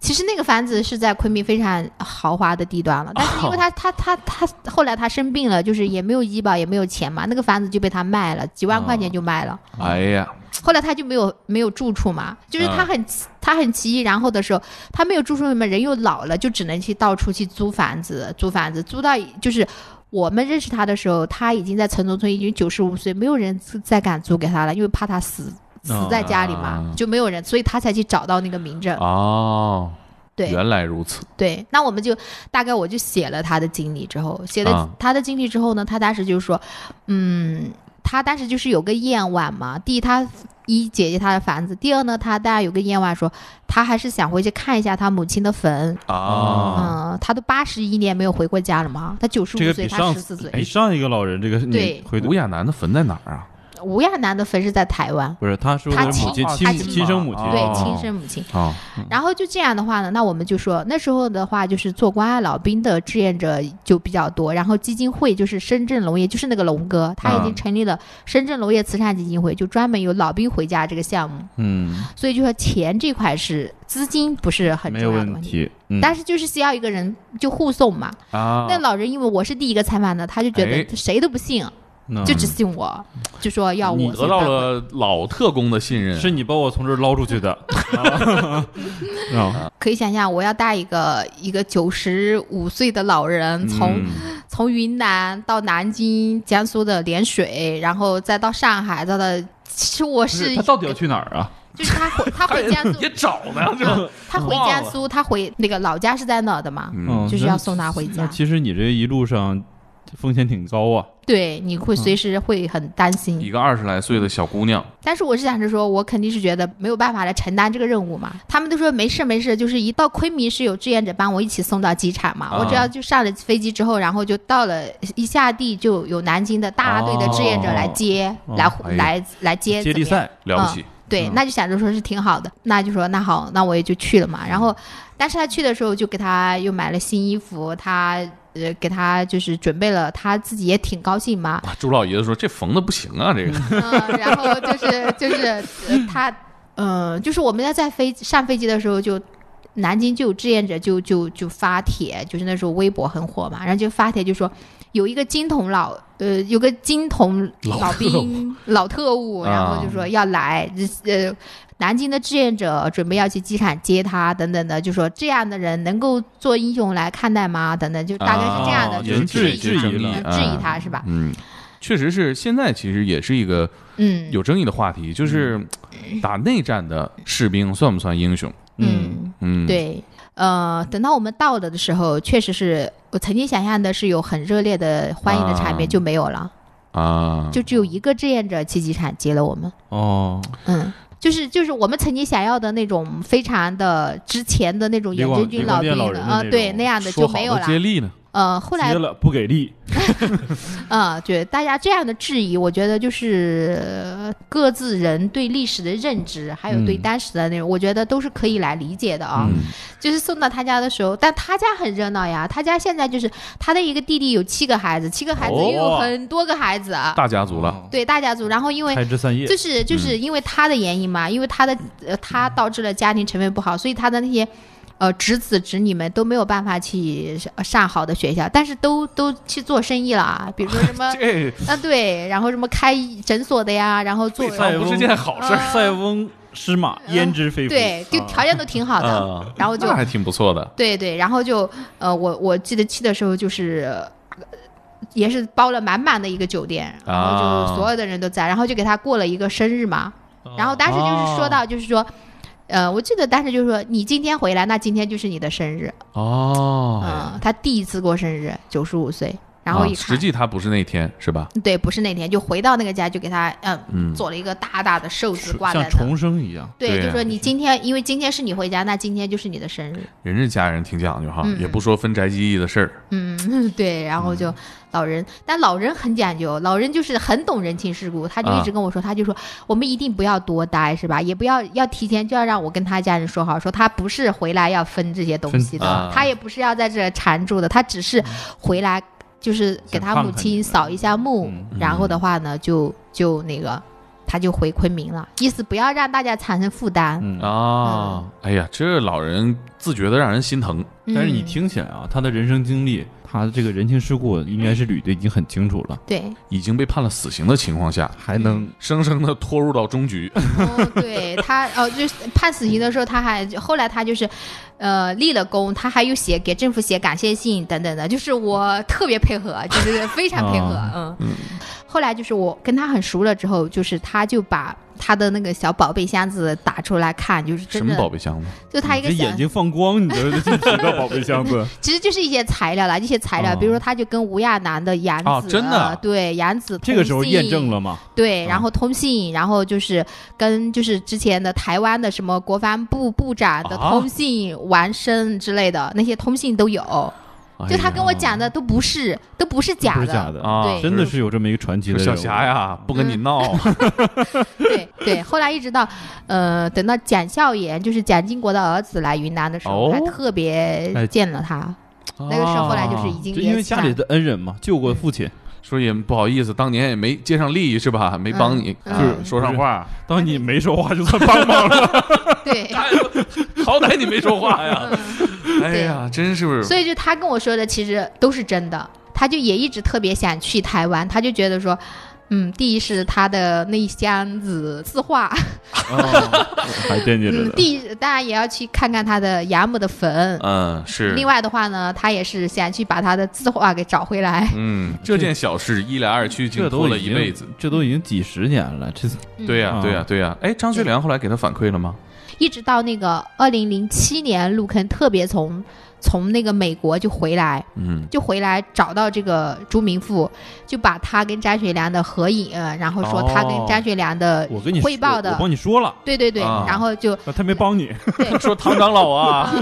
Speaker 6: 其实那个房子是在昆明非常豪华的地段了，但是因为他、他他他后来他生病了，就是也没有医保，也没有钱嘛，那个房子就被他卖了，几万块钱就卖了。
Speaker 1: 哎呀，
Speaker 6: 后来他就没有没有住处嘛，就是
Speaker 1: 啊
Speaker 6: 他很、他很奇异，然后的时候他没有住处嘛，人又老了，就只能去到处去租房子，租房子租到就是我们认识他的时候，他已经在城中村已经九十五岁，没有人再敢租给他了，因为怕他死死在家里嘛，
Speaker 1: 啊
Speaker 6: 就没有人，所以他才去找到那个名证。
Speaker 1: 哦，
Speaker 6: 嗯对
Speaker 1: 原来如此，
Speaker 6: 对，那我们就大概我就写了他的经历之后，写了
Speaker 1: 啊
Speaker 6: 他的经历之后呢，他当时就说，嗯，他当时就是有个夜晚嘛，第一他。一姐姐她的房子，第二呢，他大家有个夜晚说，他还是想回去看一下他母亲的坟。
Speaker 1: 啊，
Speaker 6: 嗯，他都八十一年没有回过家了嘛，他九十
Speaker 7: 这个
Speaker 6: 五岁，
Speaker 7: 比
Speaker 6: 他
Speaker 7: 上
Speaker 6: 十四岁。
Speaker 7: 比
Speaker 1: 哎
Speaker 7: 哎上一个老人，这个你
Speaker 6: 嗯对
Speaker 7: 回头
Speaker 1: 吴亚楠的坟在哪儿啊？
Speaker 6: 吴亚楠的坟是在台湾，
Speaker 7: 不是他说
Speaker 6: 他
Speaker 7: 的是母亲
Speaker 1: 亲
Speaker 7: 亲
Speaker 6: 他亲
Speaker 7: 亲生母亲，
Speaker 1: 哦
Speaker 6: 对，亲生母亲。
Speaker 1: 啊，
Speaker 6: 然后就这样的话呢，那我们就说那时候的话，就是做关爱老兵的志愿者就比较多，然后基金会就是深圳龙业，就是那个龙哥，他已
Speaker 1: 嗯
Speaker 6: 经成立了深圳龙业慈善基金会，就专门有老兵回家这个项目，
Speaker 7: 嗯，
Speaker 6: 所以就说钱这块是资金不是很
Speaker 7: 没
Speaker 6: 重
Speaker 7: 有
Speaker 6: 要的
Speaker 7: 问
Speaker 6: 问题。
Speaker 7: 题。嗯
Speaker 6: 但是就是需要一个人就护送嘛。
Speaker 1: 啊，
Speaker 6: 那老人因为我是第一个采访的，他就觉
Speaker 1: 哎嗯
Speaker 6: 得谁都不信，
Speaker 7: 那
Speaker 6: 就只信我，就说要我
Speaker 1: 你
Speaker 6: 去
Speaker 1: 得到
Speaker 6: 办婚
Speaker 1: 了老特工的信任，
Speaker 7: 是你把我从这儿捞出去的。啊，
Speaker 6: 可以想象，我要带一个一个九十五岁的老人从、
Speaker 1: 嗯
Speaker 6: 从云南到南京、江苏的涟水，然后再到上海，再到其实我
Speaker 7: 不
Speaker 6: 是
Speaker 7: 是他到底要去哎哪儿啊？
Speaker 6: 就是他回他回 江 苏
Speaker 1: 也，找呢，这
Speaker 6: 啊他回江苏，他回那个老家是在哪儿的嘛？
Speaker 1: 嗯
Speaker 7: 嗯，
Speaker 6: 就是
Speaker 7: 那
Speaker 6: 要送他回
Speaker 7: 那
Speaker 6: 家。
Speaker 7: 其实你这一路上风险挺高啊。
Speaker 6: 对，你会随时会很担心。
Speaker 1: 一个二十来岁的小姑娘，
Speaker 6: 但是我是想着说，我肯定是觉得没有办法来承担这个任务嘛。他们都说没事没事，就是一到昆明是有志愿者帮我一起送到机场嘛。
Speaker 1: 啊
Speaker 6: 我只要就上了飞机之后，然后就到了，一下地就有南京的大队的志愿者来接，
Speaker 7: 哦
Speaker 6: 来、
Speaker 1: 哎呀
Speaker 6: 来来接
Speaker 7: 接力
Speaker 6: 怎么样。
Speaker 7: 赛，
Speaker 1: 了不起，
Speaker 6: 对，
Speaker 7: 嗯
Speaker 6: 那就想着说是挺好的，那就说那好，那我也就去了
Speaker 7: 嗯
Speaker 6: 嘛。然后，但是他去的时候就给他又买了新衣服，他呃给他就是准备了，他自己也挺高兴嘛。
Speaker 1: 啊朱老爷子说这缝的不行啊，这个
Speaker 6: 嗯，然后就是就是呃他，嗯，就是我们在在飞上飞机的时候就。南京就有志愿者就就就发帖，就是那时候微博很火嘛，然后就发帖就说有一个金童老呃有个金童老兵老特务，
Speaker 1: 啊
Speaker 6: 然后就说要来呃南京的志愿者准备要去机场接他等等的，就说这样的人能够做英雄来看待吗？等等，就大概是这样的，
Speaker 1: 啊
Speaker 6: 就是
Speaker 1: 引起
Speaker 6: 质
Speaker 1: 了
Speaker 6: 疑
Speaker 1: 一些争议
Speaker 6: 嗯质疑他是吧？
Speaker 1: 嗯，确实是现在其实也是一个
Speaker 6: 嗯，
Speaker 1: 有争议的话题，就是打内战的士兵算不算英雄？
Speaker 6: 嗯，
Speaker 1: 嗯，，
Speaker 6: 对，呃，等到我们到了的时候，确实是我曾经想象的是有很热烈的欢迎的场
Speaker 1: 啊
Speaker 6: 面，就没有了，
Speaker 7: 嗯
Speaker 1: 啊，
Speaker 6: 就只有一个志愿者奇迹产接了我们。
Speaker 7: 哦，
Speaker 6: 嗯，就是就是我们曾经想要的那种非常的之前的那种
Speaker 7: 李
Speaker 6: 远
Speaker 7: 广
Speaker 6: 征军
Speaker 7: 李广
Speaker 6: 兵
Speaker 7: 电老
Speaker 6: 了
Speaker 7: 人的
Speaker 6: 啊、
Speaker 7: 那
Speaker 6: 对
Speaker 7: 种
Speaker 6: 那样的
Speaker 1: 说
Speaker 6: 就
Speaker 1: 好
Speaker 6: 没有
Speaker 1: 的
Speaker 6: 了。
Speaker 1: 接力呢？
Speaker 6: 呃，后来
Speaker 7: 接了不给力，
Speaker 6: 啊、对大家这样的质疑，我觉得就是呃各自人对历史的认知，还有对
Speaker 1: 嗯
Speaker 6: 当时的那种，我觉得都是可以来理解的啊。
Speaker 1: 嗯
Speaker 6: 就是送到他家的时候，但他家很热闹呀。他家现在就是他的一个弟弟有七个孩子，七个孩子
Speaker 1: 哦
Speaker 6: 又有很多个孩子啊，
Speaker 1: 大嗯家族了，
Speaker 7: 哦，
Speaker 6: 对大家族。然后因为
Speaker 7: 开枝散叶
Speaker 6: 就，是就是因为他的原因嘛，因为他的呃他导致了家庭成分不好，所以他的那些呃侄子侄女们都没有办法去上上好的学校，但是都都去做生意了啊，比如说什么
Speaker 1: 这
Speaker 6: 啊对，然后什么开诊所的呀，然后做
Speaker 1: 未尝不是件好事儿
Speaker 7: 塞翁失马，焉知非
Speaker 6: 嗯
Speaker 7: 福。
Speaker 6: 对，
Speaker 7: 啊
Speaker 6: 就条件都挺好的，
Speaker 1: 啊，
Speaker 6: 然嗯后就
Speaker 1: 那还挺不错的。
Speaker 6: 对对，然后就呃，我我记得去的时候就是。呃也是包了满满的一个酒店，然后
Speaker 1: 啊哦
Speaker 6: 就所有的人都在，然后就给他过了一个生日嘛。然后当时就是说到，就是说，呃，我记得当时就是说，你今天回来，那今天就是你的生日。
Speaker 1: 哦，
Speaker 6: 嗯，他第一次过生日，九十五岁，然后
Speaker 1: 啊
Speaker 6: 一
Speaker 1: 实
Speaker 6: 看，
Speaker 1: 际他不是那天是吧？
Speaker 6: 对，不是那天，就回到那个家，就给他嗯、
Speaker 1: 嗯
Speaker 6: 做了一个大大的寿字挂在
Speaker 7: 像
Speaker 6: 那。
Speaker 7: 重生一样，
Speaker 6: 对，
Speaker 1: 对啊
Speaker 6: 就说你今天，因为今天是你回家，那今天就是你的生日。
Speaker 1: 人家家人挺讲究哈，
Speaker 6: 嗯
Speaker 1: 也不说分宅基地的事儿。
Speaker 6: 嗯， 对，然后就老人，但老人很讲究，老人就是很懂人情世故，他就一直
Speaker 7: 啊
Speaker 6: 跟我说，他就说我们一定不要多待，是吧？也不要要提前就要让我跟他家人说好，说他不是回来要分这些东
Speaker 7: 分嗯
Speaker 6: 西的，
Speaker 1: 啊
Speaker 6: 他也不是要在这缠住的，他只是回来就是给
Speaker 7: 想
Speaker 6: 他
Speaker 7: 看
Speaker 6: 母
Speaker 7: 看
Speaker 6: 亲
Speaker 7: 你
Speaker 6: 扫一下墓，
Speaker 7: 嗯
Speaker 6: 然后的话呢，就就那个他就回昆明了，意思不要让大家产生负担。
Speaker 7: 嗯
Speaker 1: 啊，哎呀，这老人自觉的让人心疼。
Speaker 6: 嗯、
Speaker 7: 但是你听起来啊，他的人生经历，他这个人情世故应该是捋的已经很清楚了，
Speaker 6: 对，
Speaker 1: 已经被判了死刑的情况下，嗯
Speaker 7: 还能
Speaker 1: 生生的拖入到终局。
Speaker 6: 哦，对他，哦，就是判死刑的时候，他还后来他就是，呃，立了功，他还有写给政府写感谢信等等的，就是我特别配合，就是非常配合，
Speaker 7: 哦
Speaker 6: 嗯。后来就是我跟他很熟了之后，就是他就把他的那个小宝贝箱子打出来看，就是
Speaker 1: 什
Speaker 6: 真
Speaker 1: 么
Speaker 6: 的
Speaker 1: 宝，贝箱子？
Speaker 6: 就他一
Speaker 7: 你
Speaker 6: 个
Speaker 7: 这
Speaker 6: 小
Speaker 7: 眼睛放光，你都知道宝贝箱 子。
Speaker 6: 其实就是一些材料啦，一些材料，
Speaker 7: 哦
Speaker 6: 比如说他就跟吴亚楠的杨子，
Speaker 1: 哦真的啊
Speaker 6: 对杨子，
Speaker 7: 这个时候验证。了嘛？
Speaker 6: 对，
Speaker 7: 嗯
Speaker 6: 然后通信，然后就是跟就是之前的台湾的什么国防部部长的
Speaker 1: 啊
Speaker 6: 通信完胜之类的、那些通信都有， 就他跟我讲的都不是，都不是假
Speaker 7: 哎不
Speaker 6: 的，
Speaker 7: 是假的
Speaker 1: 啊，
Speaker 6: 对
Speaker 7: 真的是有这么一个传奇
Speaker 1: 这
Speaker 7: 的
Speaker 1: 小
Speaker 7: 人物
Speaker 1: 霞，呀，
Speaker 6: 啊
Speaker 1: 不跟你 闹，啊
Speaker 6: 对 对。后来一直到呃，等到蒋孝严，就是蒋经国的儿子来云南的时候，
Speaker 1: 哦
Speaker 6: 还特别
Speaker 7: 哎
Speaker 6: 见了他。那个时候后来就是已
Speaker 1: 啊
Speaker 6: 经
Speaker 7: 哦就因为
Speaker 6: 联系
Speaker 7: 家
Speaker 6: 上
Speaker 7: 里的恩人嘛，救过父亲。
Speaker 1: 说也不好意思，当年也没接上力是吧？没帮你
Speaker 6: 嗯
Speaker 1: 啊
Speaker 6: 嗯
Speaker 1: 说上话，
Speaker 7: 当你没说话就算帮忙了。
Speaker 6: 对，
Speaker 1: 哎呦好歹你没说话 呀！哎呀，真是
Speaker 6: 所以就他跟我说的，其实都是真的。他就也一直特别想去台湾，他就觉得说，嗯，第一是他的那一箱子字画，
Speaker 7: 还惦记着
Speaker 6: 嗯，
Speaker 7: 呢。
Speaker 6: 第一当然也要去看看他的养母的坟。
Speaker 1: 嗯是
Speaker 6: 另。外的话呢，他也是想去把他的字画给找回来。
Speaker 1: 嗯，这件小事一来二去，竟
Speaker 7: 这
Speaker 1: 拖
Speaker 7: 都
Speaker 1: 了
Speaker 7: 已
Speaker 1: 一
Speaker 7: 经
Speaker 1: 辈子。，
Speaker 7: 这都已经几十年了。这
Speaker 1: 对呀、
Speaker 7: 嗯
Speaker 1: 对呀、对呀、哎，张学良后来给他反馈了吗？
Speaker 6: 一直到那个二零零七年，陆坑特别从从那个美国就回来，
Speaker 1: 嗯，
Speaker 6: 就回来找到这个朱明富，就把他跟张学良的合影，呃然后说他
Speaker 1: 哦
Speaker 6: 跟张学良的
Speaker 7: 我跟你说
Speaker 6: 汇报的
Speaker 7: 我帮你说了，
Speaker 6: 对对对，
Speaker 1: 啊
Speaker 6: 然后就
Speaker 7: 那他没 帮你。
Speaker 1: 说唐长老啊，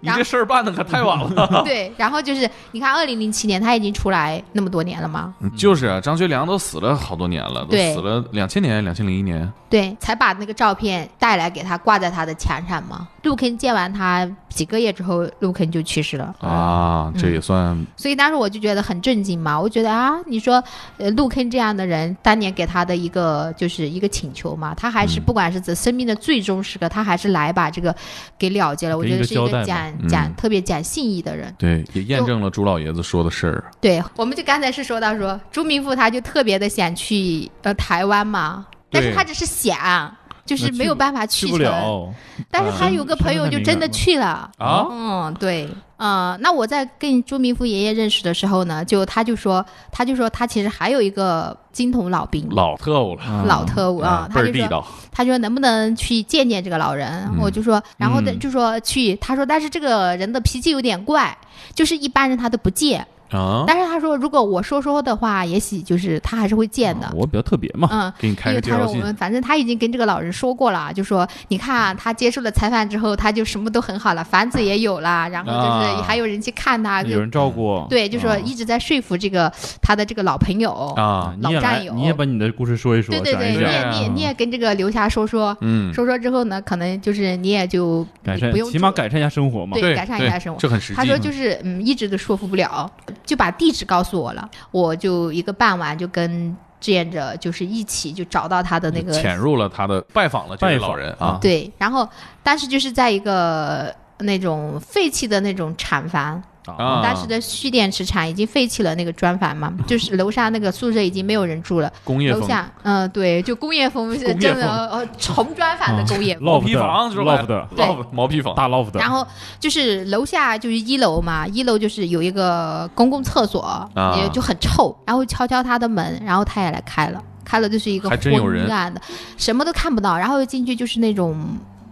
Speaker 1: 你
Speaker 6: 然
Speaker 1: 这事儿办的可太晚了。
Speaker 6: 对，然后就是你看，二零零七年他已经出来那么多年了嘛，
Speaker 1: 就是啊，张学良都死了好多年了，都
Speaker 6: 对
Speaker 1: 死了两千年、两千零一年。
Speaker 6: 对，才把那个照片带来给他挂在他的墙上嘛。陆坑见完他几个月之后，陆坑就去世了，嗯
Speaker 1: 啊，这也算
Speaker 6: 所以当时我就觉得很震惊嘛，我觉得啊，你说呃陆坑这样的人，当年给他的一个就是一个请求嘛，他还是
Speaker 1: 嗯
Speaker 6: 不管是在生命的最终时刻，他还是来把这个给了结了，我
Speaker 7: 给
Speaker 6: 觉
Speaker 7: 一
Speaker 6: 得
Speaker 7: 个
Speaker 6: 是一
Speaker 7: 交
Speaker 6: 个
Speaker 7: 代嘛
Speaker 6: 讲
Speaker 1: 嗯
Speaker 6: 讲特别讲信义的人。
Speaker 1: 对，也验证了朱老爷子说的事儿。
Speaker 6: 对，我们就刚才是说到说朱明富他就特别的想去呃台湾嘛，但是
Speaker 1: 对
Speaker 6: 他只是想，就是没有办法
Speaker 4: 去
Speaker 6: 去
Speaker 4: 不
Speaker 6: 成。
Speaker 4: 了。
Speaker 6: 但是
Speaker 4: 啊
Speaker 6: 他有个
Speaker 4: 身
Speaker 6: 朋
Speaker 4: 份
Speaker 6: 友
Speaker 4: 太
Speaker 6: 就
Speaker 4: 敏
Speaker 6: 真
Speaker 4: 感
Speaker 6: 的
Speaker 4: 了
Speaker 6: 去了
Speaker 1: 啊
Speaker 6: 嗯，对，啊、那我在跟朱明福爷爷认识的时候呢，就他就说，他就说他其实还有一个金童老兵，
Speaker 1: 老特务了
Speaker 4: 啊
Speaker 6: 老特务啊，
Speaker 1: 倍
Speaker 6: 他
Speaker 1: 儿
Speaker 6: 就
Speaker 1: 地
Speaker 6: 说
Speaker 1: 道。
Speaker 6: 他说能不能去见见这个老人？
Speaker 7: 嗯
Speaker 6: 我就说，然后呢
Speaker 4: 嗯
Speaker 6: 就说去，他说但是这个人的脾气有点怪，就是一般人他都不见，
Speaker 1: 啊，
Speaker 6: 但是他说如果我说说的话，也许就是他还是会见的。
Speaker 4: 啊我比较特别嘛，
Speaker 6: 嗯，
Speaker 1: 给你
Speaker 6: 因
Speaker 1: 哦开
Speaker 6: 为
Speaker 1: 个介
Speaker 6: 他
Speaker 1: 绍
Speaker 6: 说我
Speaker 1: 信，
Speaker 6: 们反正他已经跟这个老人说过了，就说你看他接受了采访之后，他就什么都很好了，房子也有了，然后就
Speaker 1: 啊
Speaker 6: 是还有人去看他，
Speaker 4: 有
Speaker 6: 就嗯
Speaker 4: 人照顾。
Speaker 6: 对，就说
Speaker 4: 啊
Speaker 6: 一直在说服这个他的这个老朋友
Speaker 1: 哦啊
Speaker 4: 你也
Speaker 6: 老战
Speaker 4: 来
Speaker 6: 友
Speaker 4: 你也把你的故事说一说，
Speaker 6: 对对
Speaker 4: 讲
Speaker 6: 对，
Speaker 4: 一
Speaker 6: 你
Speaker 4: 讲
Speaker 6: 也
Speaker 1: 啊
Speaker 6: 你也你也跟这个刘霞说说，
Speaker 1: 嗯，
Speaker 6: 说说之后呢，可能就是你也就
Speaker 4: 改
Speaker 6: 你
Speaker 4: 善
Speaker 6: 不，用
Speaker 4: 起码
Speaker 6: 住
Speaker 4: 改善一下生活嘛。
Speaker 6: 对
Speaker 1: 对，
Speaker 6: 改善一
Speaker 1: 对
Speaker 6: 下生活
Speaker 1: 这很实际。
Speaker 6: 他说就是嗯，一直都说服不了，就把地址告诉我了，我就一个傍晚就跟志愿者就是一起就找到他的那个
Speaker 1: 潜入了他的拜访了这位
Speaker 4: 拜访
Speaker 1: 老人啊，
Speaker 6: 对，然后当时就是在一个那种废弃的那种厂房，
Speaker 1: 啊
Speaker 6: 当时的蓄电池厂已经废弃了那个砖房嘛，就是 楼上那个宿舍已经没有人住了，
Speaker 1: 工业
Speaker 6: 楼
Speaker 1: 风
Speaker 6: 下嗯、对，就工业风
Speaker 1: 业
Speaker 6: 真的
Speaker 1: 风啊
Speaker 6: 呃红砖房 的工业风。
Speaker 1: 毛坯房
Speaker 4: loft
Speaker 1: 是吧
Speaker 4: loft
Speaker 6: 对
Speaker 1: loft 毛坯房啊
Speaker 4: 大 loft，
Speaker 6: 然后就是楼下就是一楼嘛，一楼就是有一个公共厕所，
Speaker 1: 啊
Speaker 6: 也就很臭。然后敲敲他的门，然后他也来开了，开了就是一个
Speaker 1: 还真有人
Speaker 6: 昏暗的，什么都看不到。然后进去就是那种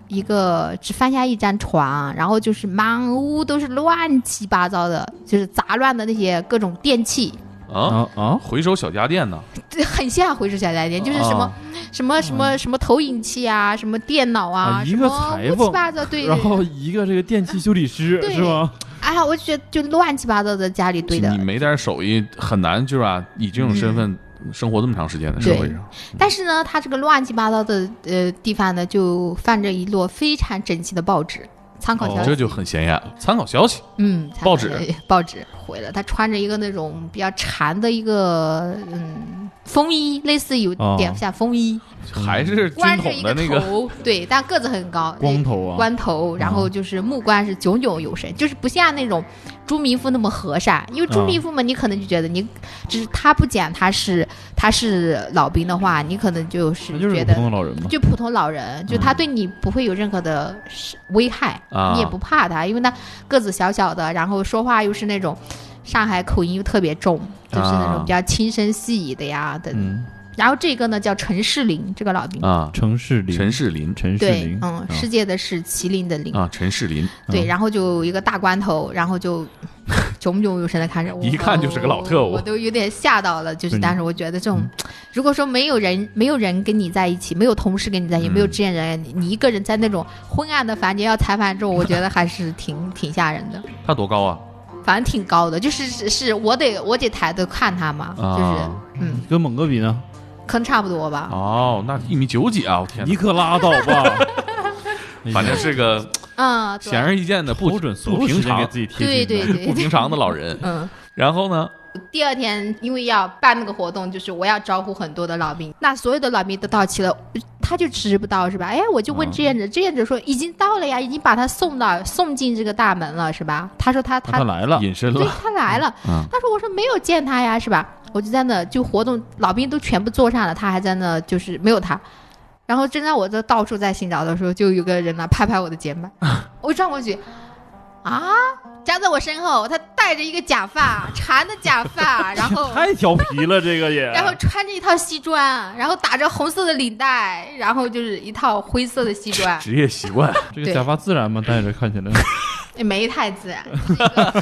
Speaker 6: 一个只放下一张床，然后就是满屋都是乱七八糟的，就是杂乱的那些各种电器，
Speaker 1: 啊，
Speaker 4: 啊啊，
Speaker 1: 回收小家电呢，
Speaker 6: 对很像回收小家电，就是什么、
Speaker 4: 啊
Speaker 6: 什么什么什么投影器啊，什么电脑啊，
Speaker 4: 啊一
Speaker 6: 什
Speaker 4: 个
Speaker 6: 么
Speaker 4: 裁
Speaker 6: 乌七
Speaker 4: 缝
Speaker 6: 八糟，对，
Speaker 4: 然后一个这个电器修理师
Speaker 6: 对
Speaker 4: 是吗？
Speaker 6: 哎呀，我就觉得就乱七八糟的家里堆的
Speaker 1: 你。
Speaker 6: 嗯
Speaker 1: 没点手艺很难，就是吧？以这种身份生活这么长时间的社会上，
Speaker 6: 但是呢，它这个乱七八糟的呃地方呢，就放着一摞非常整齐的报纸、参考消息，
Speaker 1: 哦这就很显眼了。参考消息
Speaker 6: 嗯，
Speaker 1: 报纸
Speaker 6: 参考消息、 报纸毁了。他穿着一个那种比较长的一个嗯风衣，类似有
Speaker 4: 哦
Speaker 6: 点像风衣，
Speaker 1: 还是军
Speaker 6: 光着一
Speaker 1: 统的那个
Speaker 6: 头，对，但个子很高，
Speaker 4: 光
Speaker 7: 哦
Speaker 4: 头啊，
Speaker 6: 光头，然后就是目光是炯炯有神，就是不像那种朱明富那么和善。因为朱明富嘛，你可能就觉得你，只是他不讲他是他是老兵的话，你可能就是
Speaker 4: 那就是
Speaker 6: 觉
Speaker 4: 个普
Speaker 6: 得
Speaker 4: 通的老人嘛。
Speaker 6: 就普通老人，就他对你不会有任何的是危害，
Speaker 1: 啊
Speaker 6: 你也不怕他，因为他个子小小的，然后说话又是那种上海口音又特别重，就是那
Speaker 1: 啊
Speaker 6: 种比较轻声细语的呀的。
Speaker 4: 嗯，
Speaker 6: 然后这个呢叫陈世林，这个老兵。
Speaker 1: 啊，
Speaker 4: 城市林，
Speaker 1: 陈世林
Speaker 4: 陈世
Speaker 6: 对
Speaker 4: 林，，
Speaker 6: 嗯
Speaker 4: 啊，
Speaker 6: 世界的是麒麟的麟，
Speaker 1: 啊，陈世林，
Speaker 6: 对，
Speaker 4: 嗯
Speaker 6: 然后就一个大光头，然 后就炯炯有神的看着我，哦
Speaker 1: 一看就是个老特务嗯
Speaker 6: 我都有点吓到了。就是
Speaker 4: 对
Speaker 6: 当时我觉得这种，如果说没有人没有人跟你在一起，没有同事跟你在一起，
Speaker 1: 嗯
Speaker 6: 没有志愿人，你你一个人在那种昏暗的房间要采访这种，我觉得还是挺挺吓人的。
Speaker 1: 他多高啊？
Speaker 6: 反正挺高的，就是是是我得我得抬头看他嘛，
Speaker 1: 啊
Speaker 6: 就是嗯，
Speaker 4: 跟猛哥比呢？
Speaker 6: 可能差不多吧。
Speaker 1: 哦，那一米九几啊！我天哪
Speaker 4: 你，可拉倒吧！哎呀
Speaker 1: 反正是个
Speaker 6: 嗯，对
Speaker 1: 显而易见的不
Speaker 4: 瞅准所
Speaker 1: 不
Speaker 4: 有
Speaker 1: 平
Speaker 4: 时间给
Speaker 1: 常
Speaker 4: 自己贴金
Speaker 6: 对对
Speaker 4: 的
Speaker 1: 不
Speaker 6: 对，
Speaker 1: 平常的老人。
Speaker 6: 嗯。
Speaker 1: 然后呢？
Speaker 6: 第二天，因为要办那个活动，就是我要招呼很多的老兵，那所有的老兵都到齐了，他就迟不到是吧？哎，我就问
Speaker 4: 啊
Speaker 6: 志愿者，志愿者说已经到了呀，已经把他送到送进这个大门了是吧？他说他
Speaker 4: 啊他
Speaker 6: 他
Speaker 4: 来了，
Speaker 1: 隐身
Speaker 6: 对
Speaker 1: 了，
Speaker 6: 他来了，
Speaker 1: 嗯
Speaker 6: 他说我说没有见他呀是吧？我就在那就活动，老兵都全部坐上了，他还在那就是没有他。然后正在我这到处在寻找的时候，就有个人呢拍拍我的肩膀，我转过去，啊，站在我身后，他戴着一个假发，长的假发，然 后
Speaker 4: 太调皮了，这个也。
Speaker 6: 然后穿着一套西装，然后打着红色的领带，然后就是一套灰色的西 装，
Speaker 1: 职业习惯。
Speaker 4: 这个
Speaker 6: 对
Speaker 4: 假发自然吗？戴着看起来，
Speaker 6: 也没太自然，就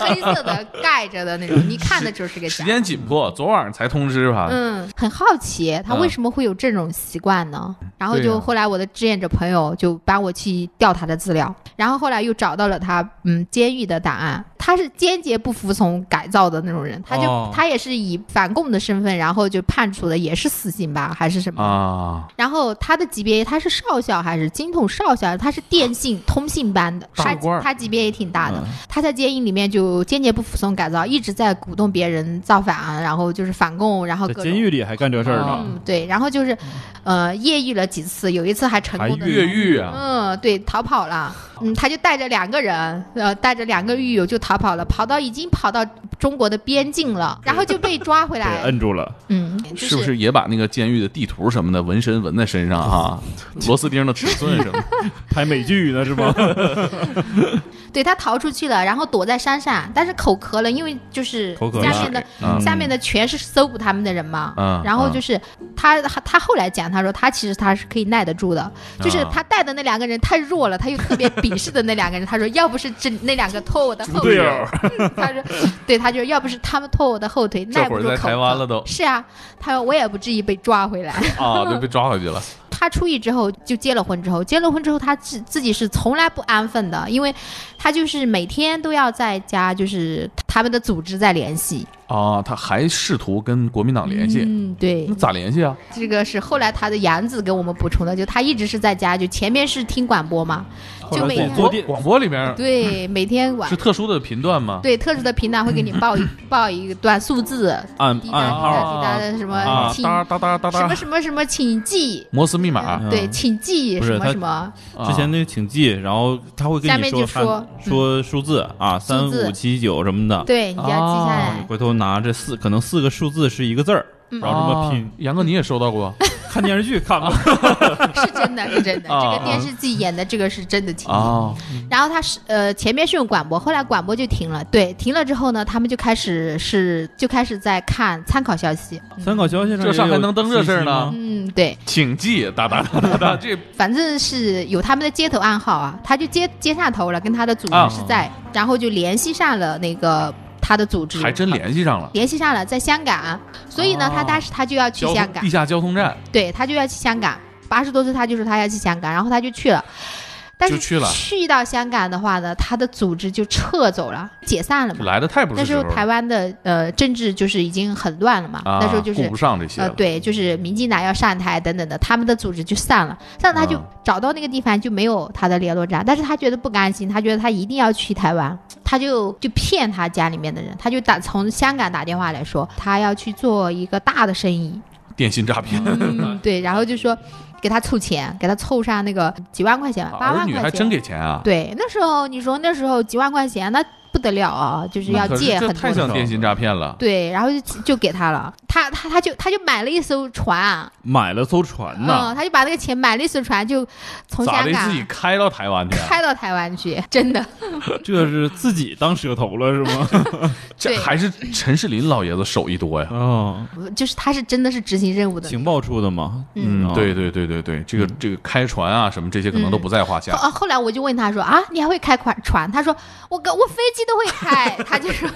Speaker 6: 是一个黑色的盖着的那种，你看的就是个
Speaker 1: 时
Speaker 6: 假。
Speaker 1: 间紧迫，昨晚上才通知吧？
Speaker 6: 嗯，很好奇他为什么会有这种习惯呢？然后
Speaker 1: 嗯对呀
Speaker 6: 就后来我的志愿者朋友就帮我去调查的资料，然后后来又找到了他嗯监狱的档案，他是坚决不服从改造的那种人，他就、
Speaker 4: 哦
Speaker 6: 他也是以反共的身份，然后就判处的也是死刑吧还是什么？
Speaker 1: 啊，
Speaker 6: 然后他的级别他是少校还是金统少校？他是电信通信班的，
Speaker 1: 大
Speaker 6: 他
Speaker 1: 官儿嗯
Speaker 6: 他级别也挺大的。他在监狱里面就坚决不服从改造，一直在鼓动别人造反，然后就是反共，然后
Speaker 4: 在
Speaker 6: 各种
Speaker 4: 监狱里还干这事儿
Speaker 7: 啊
Speaker 4: 呢。
Speaker 6: 嗯对，然后就是呃越狱了几次，有一次还成
Speaker 4: 还
Speaker 6: 功的
Speaker 1: 越狱啊！
Speaker 6: 嗯，对，逃跑了。嗯，他就带着两个人，呃，带着两个狱友就逃跑了，跑到已经跑到中国的边境了，然后就被抓回
Speaker 4: 被
Speaker 6: 来。
Speaker 4: 摁住了，
Speaker 6: 嗯，就是
Speaker 1: 不是也把那个监狱的地图什么的纹身纹在身上 啊？螺丝钉的尺寸什么的？
Speaker 4: 拍美剧呢是吗？
Speaker 6: 对他逃出去了，然后躲在山上，但是口渴了，因为就是
Speaker 7: 口渴了
Speaker 6: 下面的、
Speaker 1: 嗯
Speaker 6: 下面的全是搜捕他们的人嘛。
Speaker 1: 嗯
Speaker 6: 然后就是他他后来讲，他说他其实他是可以耐得住的，就是
Speaker 1: 啊
Speaker 6: 他带的那两个人太弱了，他又特别鄙视的那两个人，他说要不是这那两个拖我的后腿，
Speaker 1: 啊
Speaker 6: 他说对，他就要不是他们拖我的后腿，
Speaker 1: 这
Speaker 6: 耐
Speaker 1: 会
Speaker 6: 不
Speaker 1: 儿
Speaker 6: 住口
Speaker 1: 在
Speaker 6: 渴。
Speaker 1: 台湾了都
Speaker 6: 是啊，他说我也不至于被抓回来。
Speaker 1: 啊，就被抓回去了。
Speaker 6: 他出狱之后就结了婚，之后结了婚之后，他自自己是从来不安分的，因为他就是每天都要在家，就是他们的组织在联系。
Speaker 1: 啊，他还试图跟国民党联系，
Speaker 6: 嗯，对
Speaker 1: 那，咋联系啊？
Speaker 6: 这个是后来他的杨子给我们补充的，就他一直是在家，就前面是听广播嘛，就每
Speaker 4: 广
Speaker 6: 天
Speaker 4: 播电
Speaker 1: 广播里面
Speaker 6: 对每天晚
Speaker 1: 嗯是特殊的频段吗？
Speaker 6: 对特殊的频道会给你报一 报一段数字，
Speaker 7: 暗
Speaker 6: 滴答滴
Speaker 7: 暗号
Speaker 6: 答
Speaker 1: 号
Speaker 6: 滴答的什么
Speaker 1: 啊，
Speaker 6: 请
Speaker 1: 哒哒哒哒
Speaker 6: 什么
Speaker 1: 哒，
Speaker 6: 什么什么请记，
Speaker 1: 摩斯密码啊
Speaker 7: 嗯
Speaker 6: 对，请记
Speaker 7: 不是
Speaker 6: 什么
Speaker 7: 他
Speaker 6: 什么，
Speaker 7: 嗯之前那个请记，然后他会
Speaker 6: 下
Speaker 7: 跟你
Speaker 6: 面就
Speaker 7: 看
Speaker 6: 说嗯
Speaker 7: 说数字啊，三
Speaker 6: 数字
Speaker 7: 五七九什么的，
Speaker 6: 对，你要记下
Speaker 1: 啊
Speaker 6: 来。
Speaker 7: 回头拿这四可能四个数字是一个字儿，
Speaker 6: 嗯
Speaker 7: 然后这么拼
Speaker 1: 啊。杨哥你也收到 过
Speaker 7: 看电视剧看吧，
Speaker 6: 哦是真的，是真的，
Speaker 1: 啊
Speaker 6: 这个电视剧演的这个是真的情景。
Speaker 1: 啊？
Speaker 6: 然后他是呃，前面是用广播，后来广播就停了。对，停了之后呢，他们就开始是就开始在看参考消息。
Speaker 7: 参考消息上
Speaker 1: 这上
Speaker 7: 也有
Speaker 1: 还能登这事儿呢
Speaker 7: 信息吗？
Speaker 6: 嗯，对，
Speaker 1: 请记哒哒哒哒 哒，这
Speaker 6: 反正是有他们的接头暗号啊，他就接接上头了，跟他的组织
Speaker 1: 啊
Speaker 6: 是在，然后就联系上了那个他的组织，
Speaker 1: 还真联系上了。
Speaker 6: 联系上了，在香港，啊所以呢，
Speaker 1: 哦
Speaker 6: 他当时他就要去
Speaker 1: 交
Speaker 6: 香
Speaker 1: 通
Speaker 6: 港
Speaker 1: 地，下交通站
Speaker 6: 对他就要去香港，八十多岁他就说他要去香港，然后他就去了。但是
Speaker 1: 就去了
Speaker 6: 到香港的话呢，他的组织就撤走了，解散了嘛。
Speaker 1: 来的太不
Speaker 6: 那
Speaker 1: 是
Speaker 6: 时
Speaker 1: 时
Speaker 6: 候
Speaker 1: 候
Speaker 6: 台
Speaker 1: 了
Speaker 6: 湾的呃政治就是已经很乱了嘛，
Speaker 1: 啊，
Speaker 6: 那时候就
Speaker 1: 顾
Speaker 6: 是
Speaker 1: 不上这些
Speaker 6: 呃
Speaker 1: 了。
Speaker 6: 对，就是民进党要上台等等的，他们的组织就散了，散了他就
Speaker 1: 嗯
Speaker 6: 找到那个地方就没有他的联络站，但是他觉得不甘心，他觉得他一定要去台湾，他就就骗他家里面的人，他就打从香港打电话来说他要去做一个大的生意，
Speaker 1: 电信诈骗，
Speaker 6: 嗯，对，然后就说给他凑钱，给他凑上那个几万块钱吧，八
Speaker 1: 儿
Speaker 6: 万
Speaker 1: 女
Speaker 6: 块
Speaker 1: 还真
Speaker 6: 钱。
Speaker 1: 给钱啊？
Speaker 6: 对，那时候你说那时候几万块钱那不得了啊，就是
Speaker 1: 那
Speaker 6: 要
Speaker 1: 嗯可是
Speaker 6: 借
Speaker 1: 这
Speaker 6: 很
Speaker 1: 太
Speaker 6: 多的。
Speaker 1: 像电信诈骗了。
Speaker 6: 对，然后就就给他了，他他他就他就买了一艘船，
Speaker 4: 买了艘船
Speaker 6: 嗯，
Speaker 4: 呐，
Speaker 6: 他就把那个钱买了一艘船，就从
Speaker 1: 咋
Speaker 6: 香
Speaker 1: 的？自己
Speaker 6: 港
Speaker 1: 开到台湾去啊？
Speaker 6: 开到台湾去，真的。
Speaker 4: 这是自己当蛇头了是吗？
Speaker 1: 这
Speaker 6: 对
Speaker 1: 还是陈世林老爷子手艺多呀。哦
Speaker 4: 啊，
Speaker 6: 就是他是真的是执行任务的。
Speaker 7: 情报出的嘛，
Speaker 6: 嗯
Speaker 7: 哦
Speaker 1: 对对对对对，这个这个开船啊什么这些可能都不在话下
Speaker 6: 后。啊后来我就问他说啊，你还会开船船？他说我跟我飞机都会开。 他就说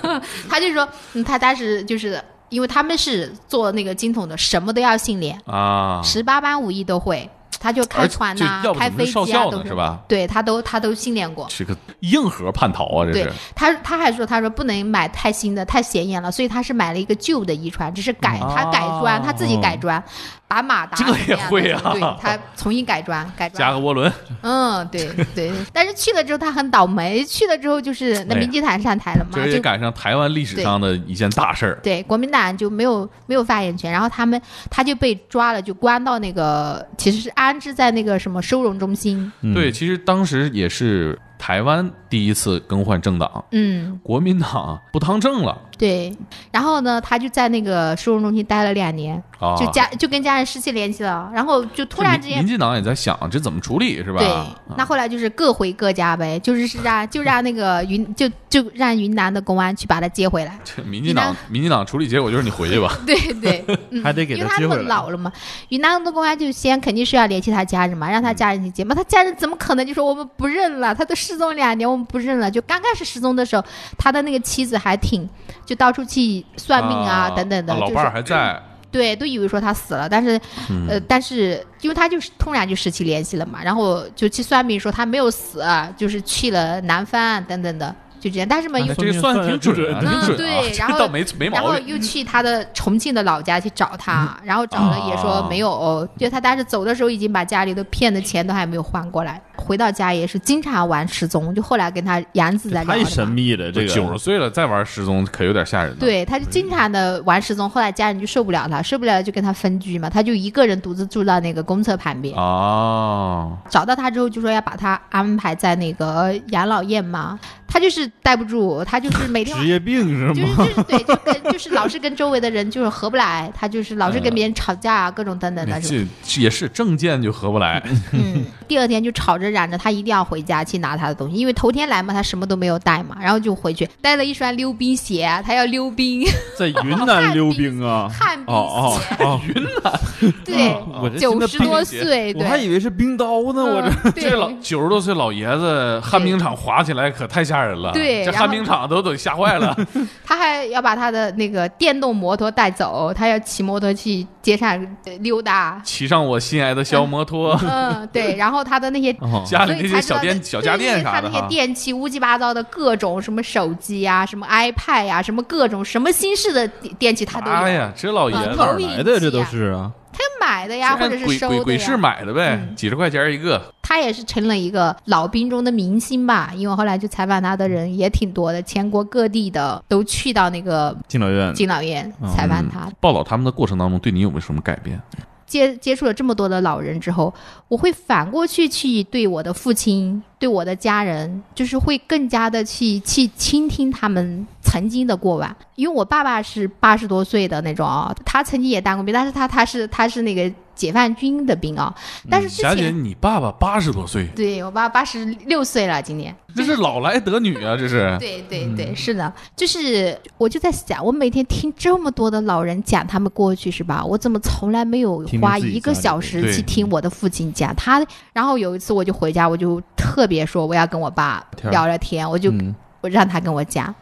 Speaker 6: 他就说、嗯他当时就是因为他们是做那个金桶的，什么都要训练，
Speaker 1: 啊，
Speaker 6: 十八般武艺都会，他就开
Speaker 1: 而
Speaker 6: 船
Speaker 1: 这
Speaker 6: 呐、
Speaker 1: 要不
Speaker 6: 开
Speaker 1: 怎么
Speaker 6: 飞
Speaker 1: 是少
Speaker 6: 机啊
Speaker 1: 校
Speaker 6: 都
Speaker 1: 呢？是？吧？
Speaker 6: 对他都他都训练过，
Speaker 1: 这个硬核叛逃啊，这
Speaker 6: 对
Speaker 1: 是
Speaker 6: 他他还说他说不能买太新的太显眼了，所以他是买了一个旧的遗传，只是改、
Speaker 1: 嗯
Speaker 6: 他改
Speaker 1: 哦
Speaker 6: 装他自己改装，把马达
Speaker 1: 这个也
Speaker 6: 怎么样的
Speaker 1: 会啊
Speaker 6: 对他重新改装改装
Speaker 1: 加个涡轮
Speaker 6: 嗯，对对，但是去了之后他很倒霉，去了之后就是那
Speaker 1: 哎呀
Speaker 6: 民进党上台了嘛，
Speaker 1: 这也
Speaker 6: 就
Speaker 1: 赶上台湾历史上的一件大事儿。
Speaker 6: 对国民党就没有没有发言权，然后他们他就被抓了，就关到那个其实是安置在那个什么收容中心，
Speaker 7: 嗯
Speaker 1: 对，其实当时也是台湾第一次更换政党，
Speaker 6: 嗯，
Speaker 1: 国民党不当政了
Speaker 6: 对，然后呢他就在那个收容中心待了两年，
Speaker 1: 啊。
Speaker 6: 就家就跟家人失去联系了，然后就突然之
Speaker 1: 这民
Speaker 6: 间
Speaker 1: 民。进党也在想这怎么处理是吧？
Speaker 6: 对
Speaker 1: 啊，
Speaker 6: 那后来就是各回各家呗，就是是 让就让那个云就就让云南的公安去把他 接回来，
Speaker 1: 这民进党民进党处理结果就是你回去吧。
Speaker 6: 对对， 嗯
Speaker 7: 还得给
Speaker 6: 因为他
Speaker 7: 他机
Speaker 6: 那么
Speaker 7: 会了。
Speaker 6: 老了嘛，云南的公安就先肯定是要联系他家人嘛，让他家人去
Speaker 1: 嗯
Speaker 6: 接嘛。他家人怎么可能就说我们不认了？他都失踪两年，我们不认了。就刚开始失踪的时候，他的那个妻子还挺就到处去 算命啊等等的，
Speaker 1: 老
Speaker 6: 就
Speaker 1: 伴儿
Speaker 6: 是
Speaker 1: 还在，
Speaker 6: 对，都以为说他死了，但是
Speaker 1: 嗯
Speaker 6: 呃，但是因为他就是突然就失去联系了嘛，然后就去算命说他没有死啊、就是去了南方啊等等的，啊就这样。但是嘛，又
Speaker 1: 哎这个算得挺准啊，
Speaker 6: 嗯
Speaker 1: 挺准啊，
Speaker 6: 对
Speaker 1: 这
Speaker 6: 然后
Speaker 1: 倒没没
Speaker 6: 然
Speaker 1: 毛
Speaker 6: 后
Speaker 1: 病。
Speaker 6: 又去他的重庆的老家去找他，然后找了也说没有，就他当时走的时候已经把家里的骗的钱都还没有还过来，回到家也是经常玩失踪，就后来跟他杨子在聊
Speaker 4: 太
Speaker 6: 的嘛
Speaker 4: 神秘了，这个
Speaker 6: 哎
Speaker 1: 九十岁了再玩失踪，可有点吓人了。，
Speaker 6: 对，他就经常的玩失踪，后来家人就受不了他，受不了就跟他分居嘛，他就一个人独自住到那个公厕旁边。
Speaker 1: 哦，
Speaker 6: 找到他之后就说要把他安排在那个养老院嘛，他就是待不住，他就是每天晚
Speaker 4: 职业病是
Speaker 6: 就是
Speaker 4: 吗？
Speaker 6: 就是对，就跟 就是老是跟周围的人就是合不来，他就是老
Speaker 4: 嗯
Speaker 6: 是跟别人吵架啊，各种等等的，是吧？
Speaker 1: 这这也是证件就合不 来，
Speaker 6: 嗯，第二天就吵着嚷着他一定要回家去拿他的东西，因为头天来嘛，他什么都没有带嘛，然后就回去带了一双溜冰鞋，他要溜冰，
Speaker 4: 在云南溜冰啊？
Speaker 6: 旱冰
Speaker 4: 哦
Speaker 6: 鞋，
Speaker 4: 哦哦！
Speaker 6: 对，
Speaker 4: 我这听
Speaker 6: 九
Speaker 4: 着
Speaker 6: 十
Speaker 4: 冰
Speaker 6: 多
Speaker 1: 鞋
Speaker 6: 岁，
Speaker 4: 我还
Speaker 6: 对，
Speaker 4: 以为是冰刀呢，我这
Speaker 6: 嗯
Speaker 1: 这老
Speaker 6: 对
Speaker 1: 九十多岁老爷子旱冰场滑起来可太吓人了，
Speaker 6: 对
Speaker 1: 这
Speaker 6: 然后
Speaker 1: 旱冰场都得吓坏了。。
Speaker 6: 他还要把他的那个电动摩托带走，他要骑摩托去街上呃溜达
Speaker 1: 骑上我心爱的小摩托，
Speaker 6: 嗯，对，然后他的那些
Speaker 4: 哦
Speaker 1: 家里
Speaker 6: 所
Speaker 1: 那
Speaker 6: 以
Speaker 1: 些
Speaker 6: 才知道
Speaker 1: 小店、
Speaker 6: 那
Speaker 1: 小家
Speaker 6: 对因为
Speaker 1: 电啥
Speaker 6: 他
Speaker 1: 的
Speaker 6: 那些
Speaker 1: 哈，
Speaker 6: 电器乌七八糟的各种什么手机呀、什么 iPad 呀、什么各种什么新式的电电器他都
Speaker 1: 妈
Speaker 6: 有，
Speaker 1: 哎呀，这老爷
Speaker 6: 嗯
Speaker 1: 子
Speaker 6: 头
Speaker 4: 哪儿
Speaker 6: 一
Speaker 4: 来的？这都
Speaker 6: 季啊
Speaker 4: 是啊，
Speaker 6: 他买的呀，或者
Speaker 1: 这
Speaker 6: 是
Speaker 1: 哎鬼
Speaker 6: 收
Speaker 1: 鬼
Speaker 6: 的
Speaker 1: 鬼市
Speaker 6: 呀。
Speaker 1: 买的呗，
Speaker 6: 嗯
Speaker 1: 几十块钱一个，
Speaker 6: 他也是成了一个老兵中的明星吧，因为后来就采访他的人也挺多的，全国各地的都去到那个
Speaker 4: 敬老院
Speaker 6: 敬老院
Speaker 1: 嗯
Speaker 6: 采访他。
Speaker 1: 报道他们的过程当中，对你有没有什么改变？
Speaker 6: 接接触了这么多的老人之后，我会反过去去对我的父亲、对我的家人，就是会更加的去去倾听他们曾经的过往。因为我爸爸是八十多岁的那种啊、他曾经也当过兵，但是他他是他是那个解放军的兵啊、但是之
Speaker 1: 霞姐，
Speaker 6: 前、
Speaker 1: 你爸爸八十多岁，
Speaker 6: 对我爸八十六岁了，今年。
Speaker 1: 这是老来得女啊，这是。
Speaker 6: 对对
Speaker 4: 嗯
Speaker 6: 对，是的，就是我就在想，我每天听这么多的老人讲他们过去是吧？我怎么从来没有
Speaker 4: 听听
Speaker 6: 花
Speaker 4: 自己
Speaker 6: 一个
Speaker 4: 家里
Speaker 6: 小
Speaker 4: 的嗯
Speaker 6: 时
Speaker 1: 对
Speaker 6: 去听我的父亲讲他？然后有一次我就回家，我就特别说我要跟我爸
Speaker 4: 天儿
Speaker 6: 聊聊天，我就
Speaker 4: 嗯
Speaker 6: 我让他跟我讲。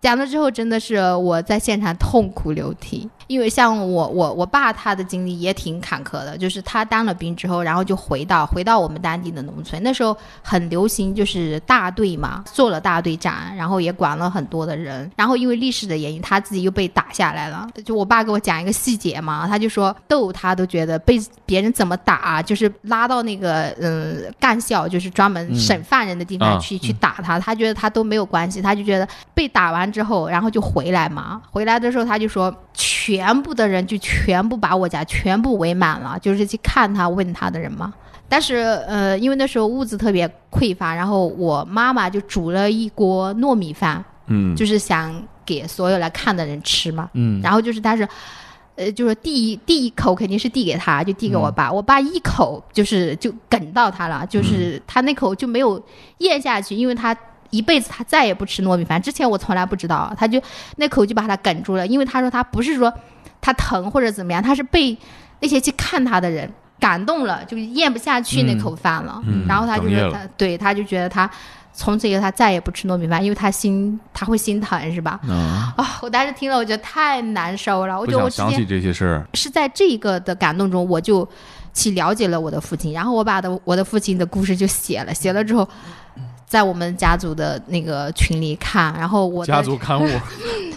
Speaker 6: 讲了之后，真的是我在现场痛哭流涕，因为像我我我爸他的经历也挺坎坷的，就是他当了兵之后，然后就回到回到我们当地的农村，那时候很流行就是大队嘛，做了大队长，然后也管了很多的人，然后因为历史的原因，他自己又被打下来了。就我爸给我讲一个细节嘛，他就说逗他都觉得被别人怎么打，啊就是拉到那个嗯干校，就是专门审犯人的地
Speaker 1: 啊
Speaker 6: 方去、去打他，他觉得他都没有关系，他就觉得被打完之后，然后就回来嘛。回来的时候，他就说，全部的人就全部把我家全部围满了，就是去看他、问他的人嘛。但是，呃，因为那时候物资特别匮乏，然后我妈妈就煮了一锅糯米饭，
Speaker 1: 嗯，
Speaker 6: 就是想给所有来看的人吃嘛。
Speaker 4: 嗯，
Speaker 6: 然后就是他是，呃，就是第一第一口肯定是递给他，就递给
Speaker 1: 嗯
Speaker 6: 我爸，我爸一口就是就梗到他了，就是他那口就没有咽下去，因为他。一辈子他再也不吃糯米饭，之前我从来不知道，他就那口就把他梗住了，因为他说他不是说他疼或者怎么样，他是被那些去看他的人感动了，就是咽不下去那口饭了，
Speaker 1: 嗯
Speaker 6: 然后他就
Speaker 1: 哽咽
Speaker 6: 说
Speaker 1: 了
Speaker 6: 他对他就觉得他从此以后他再也不吃糯米饭，因为他心他会心疼是吧？
Speaker 4: 啊，
Speaker 6: 啊、我当时听了，我觉得太难受了。我
Speaker 1: 不
Speaker 6: 觉得
Speaker 1: 想想
Speaker 6: 我之
Speaker 1: 起
Speaker 6: 前
Speaker 1: 这些事儿，
Speaker 6: 是在这一个的感动中，我就去了解了我的父亲，然后我把的我的父亲的故事就写了，写了之后，在我们家族的那个群里看，然后我
Speaker 1: 家
Speaker 6: 的嗯
Speaker 1: 族刊物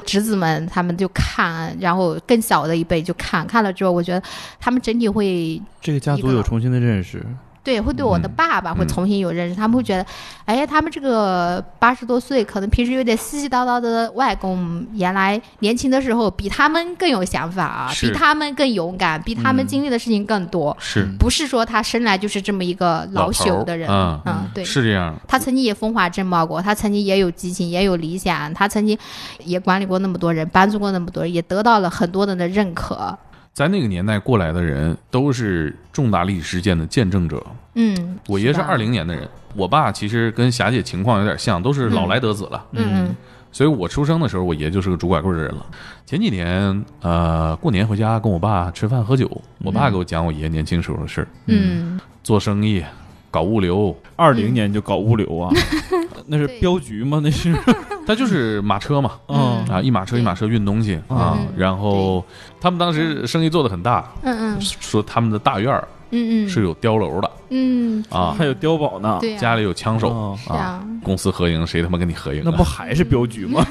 Speaker 6: 侄子们他们就看，然后更小的一辈就看，看了之后，我觉得他们整体会
Speaker 4: 这个家族有重新的认识，
Speaker 6: 对，会对我的爸爸会
Speaker 1: 嗯
Speaker 6: 重新有认识，他们会觉得，哎呀，他们这个八十多岁，可能平时有点絮絮叨叨的外公，原来年轻的时候比他们更有想法啊，
Speaker 1: 是
Speaker 6: 比他们更勇敢，比他们
Speaker 4: 嗯
Speaker 6: 经历的事情更多，
Speaker 1: 是
Speaker 6: 不是说他生来就是这么一个
Speaker 1: 老
Speaker 6: 老
Speaker 1: 头儿
Speaker 6: 朽的人，
Speaker 1: 嗯
Speaker 6: 对。
Speaker 1: 是这样，
Speaker 6: 他曾经也风华正茂过，他曾经也有激情，也有理想，他曾经也管理过那么多人，帮助过那么多人，也得到了很多人的认可。
Speaker 1: 咱那个年代过来的人都是重大历史事件的见证者。
Speaker 6: 嗯，
Speaker 1: 我爷是
Speaker 6: 吧
Speaker 1: 二，零年的人，我爸其实跟霞姐情况有点像，都是老来得子了。
Speaker 6: 嗯嗯，
Speaker 1: 所以我出生的时候，我爷就是个拄拐棍儿的人了。前几年，呃，过年回家跟我爸吃饭喝酒，我爸给我讲我爷年轻时候的事儿，
Speaker 6: 嗯，
Speaker 1: 做生意，搞物流，
Speaker 4: 二零年就搞物流啊， 那是
Speaker 6: 对
Speaker 4: 镖局吗？那是，
Speaker 6: 嗯
Speaker 1: 他就是马车嘛，
Speaker 4: 嗯
Speaker 1: 啊，一马车一马车运东西啊
Speaker 6: 嗯。
Speaker 1: 然后他们当时生意做得很大，
Speaker 6: 嗯嗯
Speaker 1: 说他们的大院儿
Speaker 6: 嗯嗯，
Speaker 1: 是有碉楼的
Speaker 6: 嗯
Speaker 1: 啊
Speaker 4: 还，有碉堡呢，
Speaker 6: 对呀、
Speaker 1: 家里有枪手
Speaker 4: 哦
Speaker 6: 是
Speaker 1: 啊，
Speaker 6: 啊，
Speaker 1: 公私合营谁他妈跟你合营啊？
Speaker 4: 那不还是镖局吗？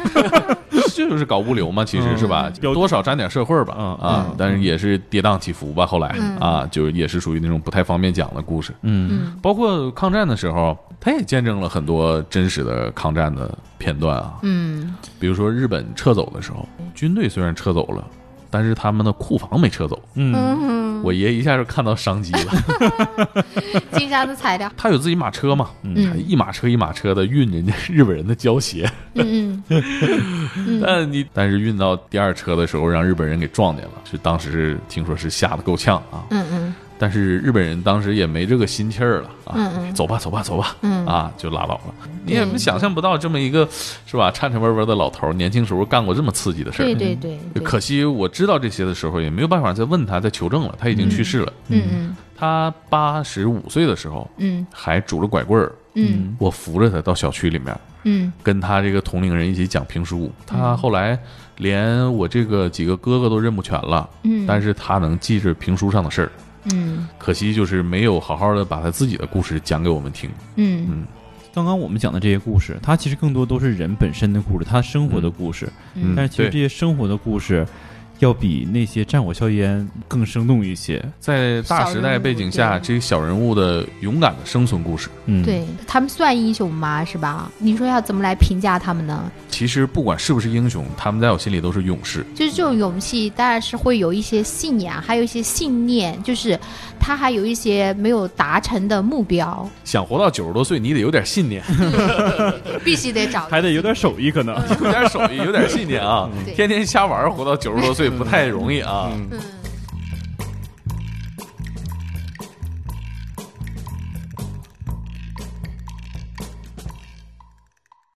Speaker 1: 这就是搞物流嘛，其实
Speaker 4: 嗯
Speaker 1: 是吧，
Speaker 4: 标
Speaker 1: 多少沾点社会吧，
Speaker 4: 嗯
Speaker 1: 啊
Speaker 6: 嗯，
Speaker 1: 但是也是跌宕起伏吧。后来
Speaker 6: 嗯
Speaker 1: 啊，就也是属于那种不太方便讲的故事。
Speaker 4: 嗯
Speaker 6: 嗯
Speaker 1: 包括抗战的时候，他也见证了很多真实的抗战的片段啊，
Speaker 6: 嗯
Speaker 1: 比如说日本撤走的时候，军队虽然撤走了，但是他们的库房没撤走，
Speaker 4: 嗯，
Speaker 6: 嗯，
Speaker 1: 我爷一下就看到商机 了。
Speaker 6: 金山的材料，
Speaker 1: 他有自己马车嘛，
Speaker 6: 嗯
Speaker 1: 一马车一马车的运人家日本人的胶鞋，
Speaker 6: 嗯嗯嗯，
Speaker 1: 但你但是运到第二车的时候，让日本人给撞见了，是当时是听说是吓得够呛啊。
Speaker 6: 嗯嗯
Speaker 1: 但是日本人当时也没这个心气儿了啊，
Speaker 6: 嗯嗯
Speaker 1: 走吧走吧走吧，
Speaker 6: 嗯
Speaker 1: 啊就拉倒了。你也想象不到这么一个是吧颤颤巍巍的老头儿，年轻时候干过这么刺激的事儿。
Speaker 6: 对对对对，
Speaker 1: 可惜我知道这些的时候，也没有办法再问他再求证了，他已经去世了。
Speaker 6: 嗯
Speaker 1: 他八十五岁的时候
Speaker 6: 嗯
Speaker 1: 还拄着拐棍儿，
Speaker 6: 嗯
Speaker 1: 我扶着他到小区里面，
Speaker 6: 嗯
Speaker 1: 跟他这个同龄人一起讲评书。他后来连我这个几个哥哥都认不全了，
Speaker 6: 嗯，
Speaker 1: 但
Speaker 6: 是
Speaker 1: 是他能记着评书上的事儿。
Speaker 6: 嗯
Speaker 1: 可惜就是没有好好的把他自己的故事讲给我们听。
Speaker 6: 嗯
Speaker 4: 刚刚我们讲的这些故事，它其实更多都是人本身的故事，他生活的故事。
Speaker 6: 嗯
Speaker 4: 但是其实
Speaker 1: 对
Speaker 4: 这些生活的故事，要比那些战火硝烟更生动一些。
Speaker 1: 在大时代背景下，
Speaker 6: 小人物对
Speaker 1: 这些小人物的勇敢的生存故事，
Speaker 4: 嗯，，
Speaker 6: 对他们算英雄吗？是吧？你说要怎么来评价他们呢？
Speaker 1: 其实不管是不是英雄，他们在我心里都是勇士。
Speaker 6: 就是这种勇气，当然是会有一些信仰，还有一些信念，就是他还有一些没有达成的目标，
Speaker 1: 想活到九十多岁，你得有点信念，
Speaker 6: 必须得找。
Speaker 4: 还得有点手艺，可能。
Speaker 1: 有点手艺，有点信念啊！
Speaker 6: 对
Speaker 1: 天天瞎玩儿，活到九十多岁不太容易啊。
Speaker 6: 嗯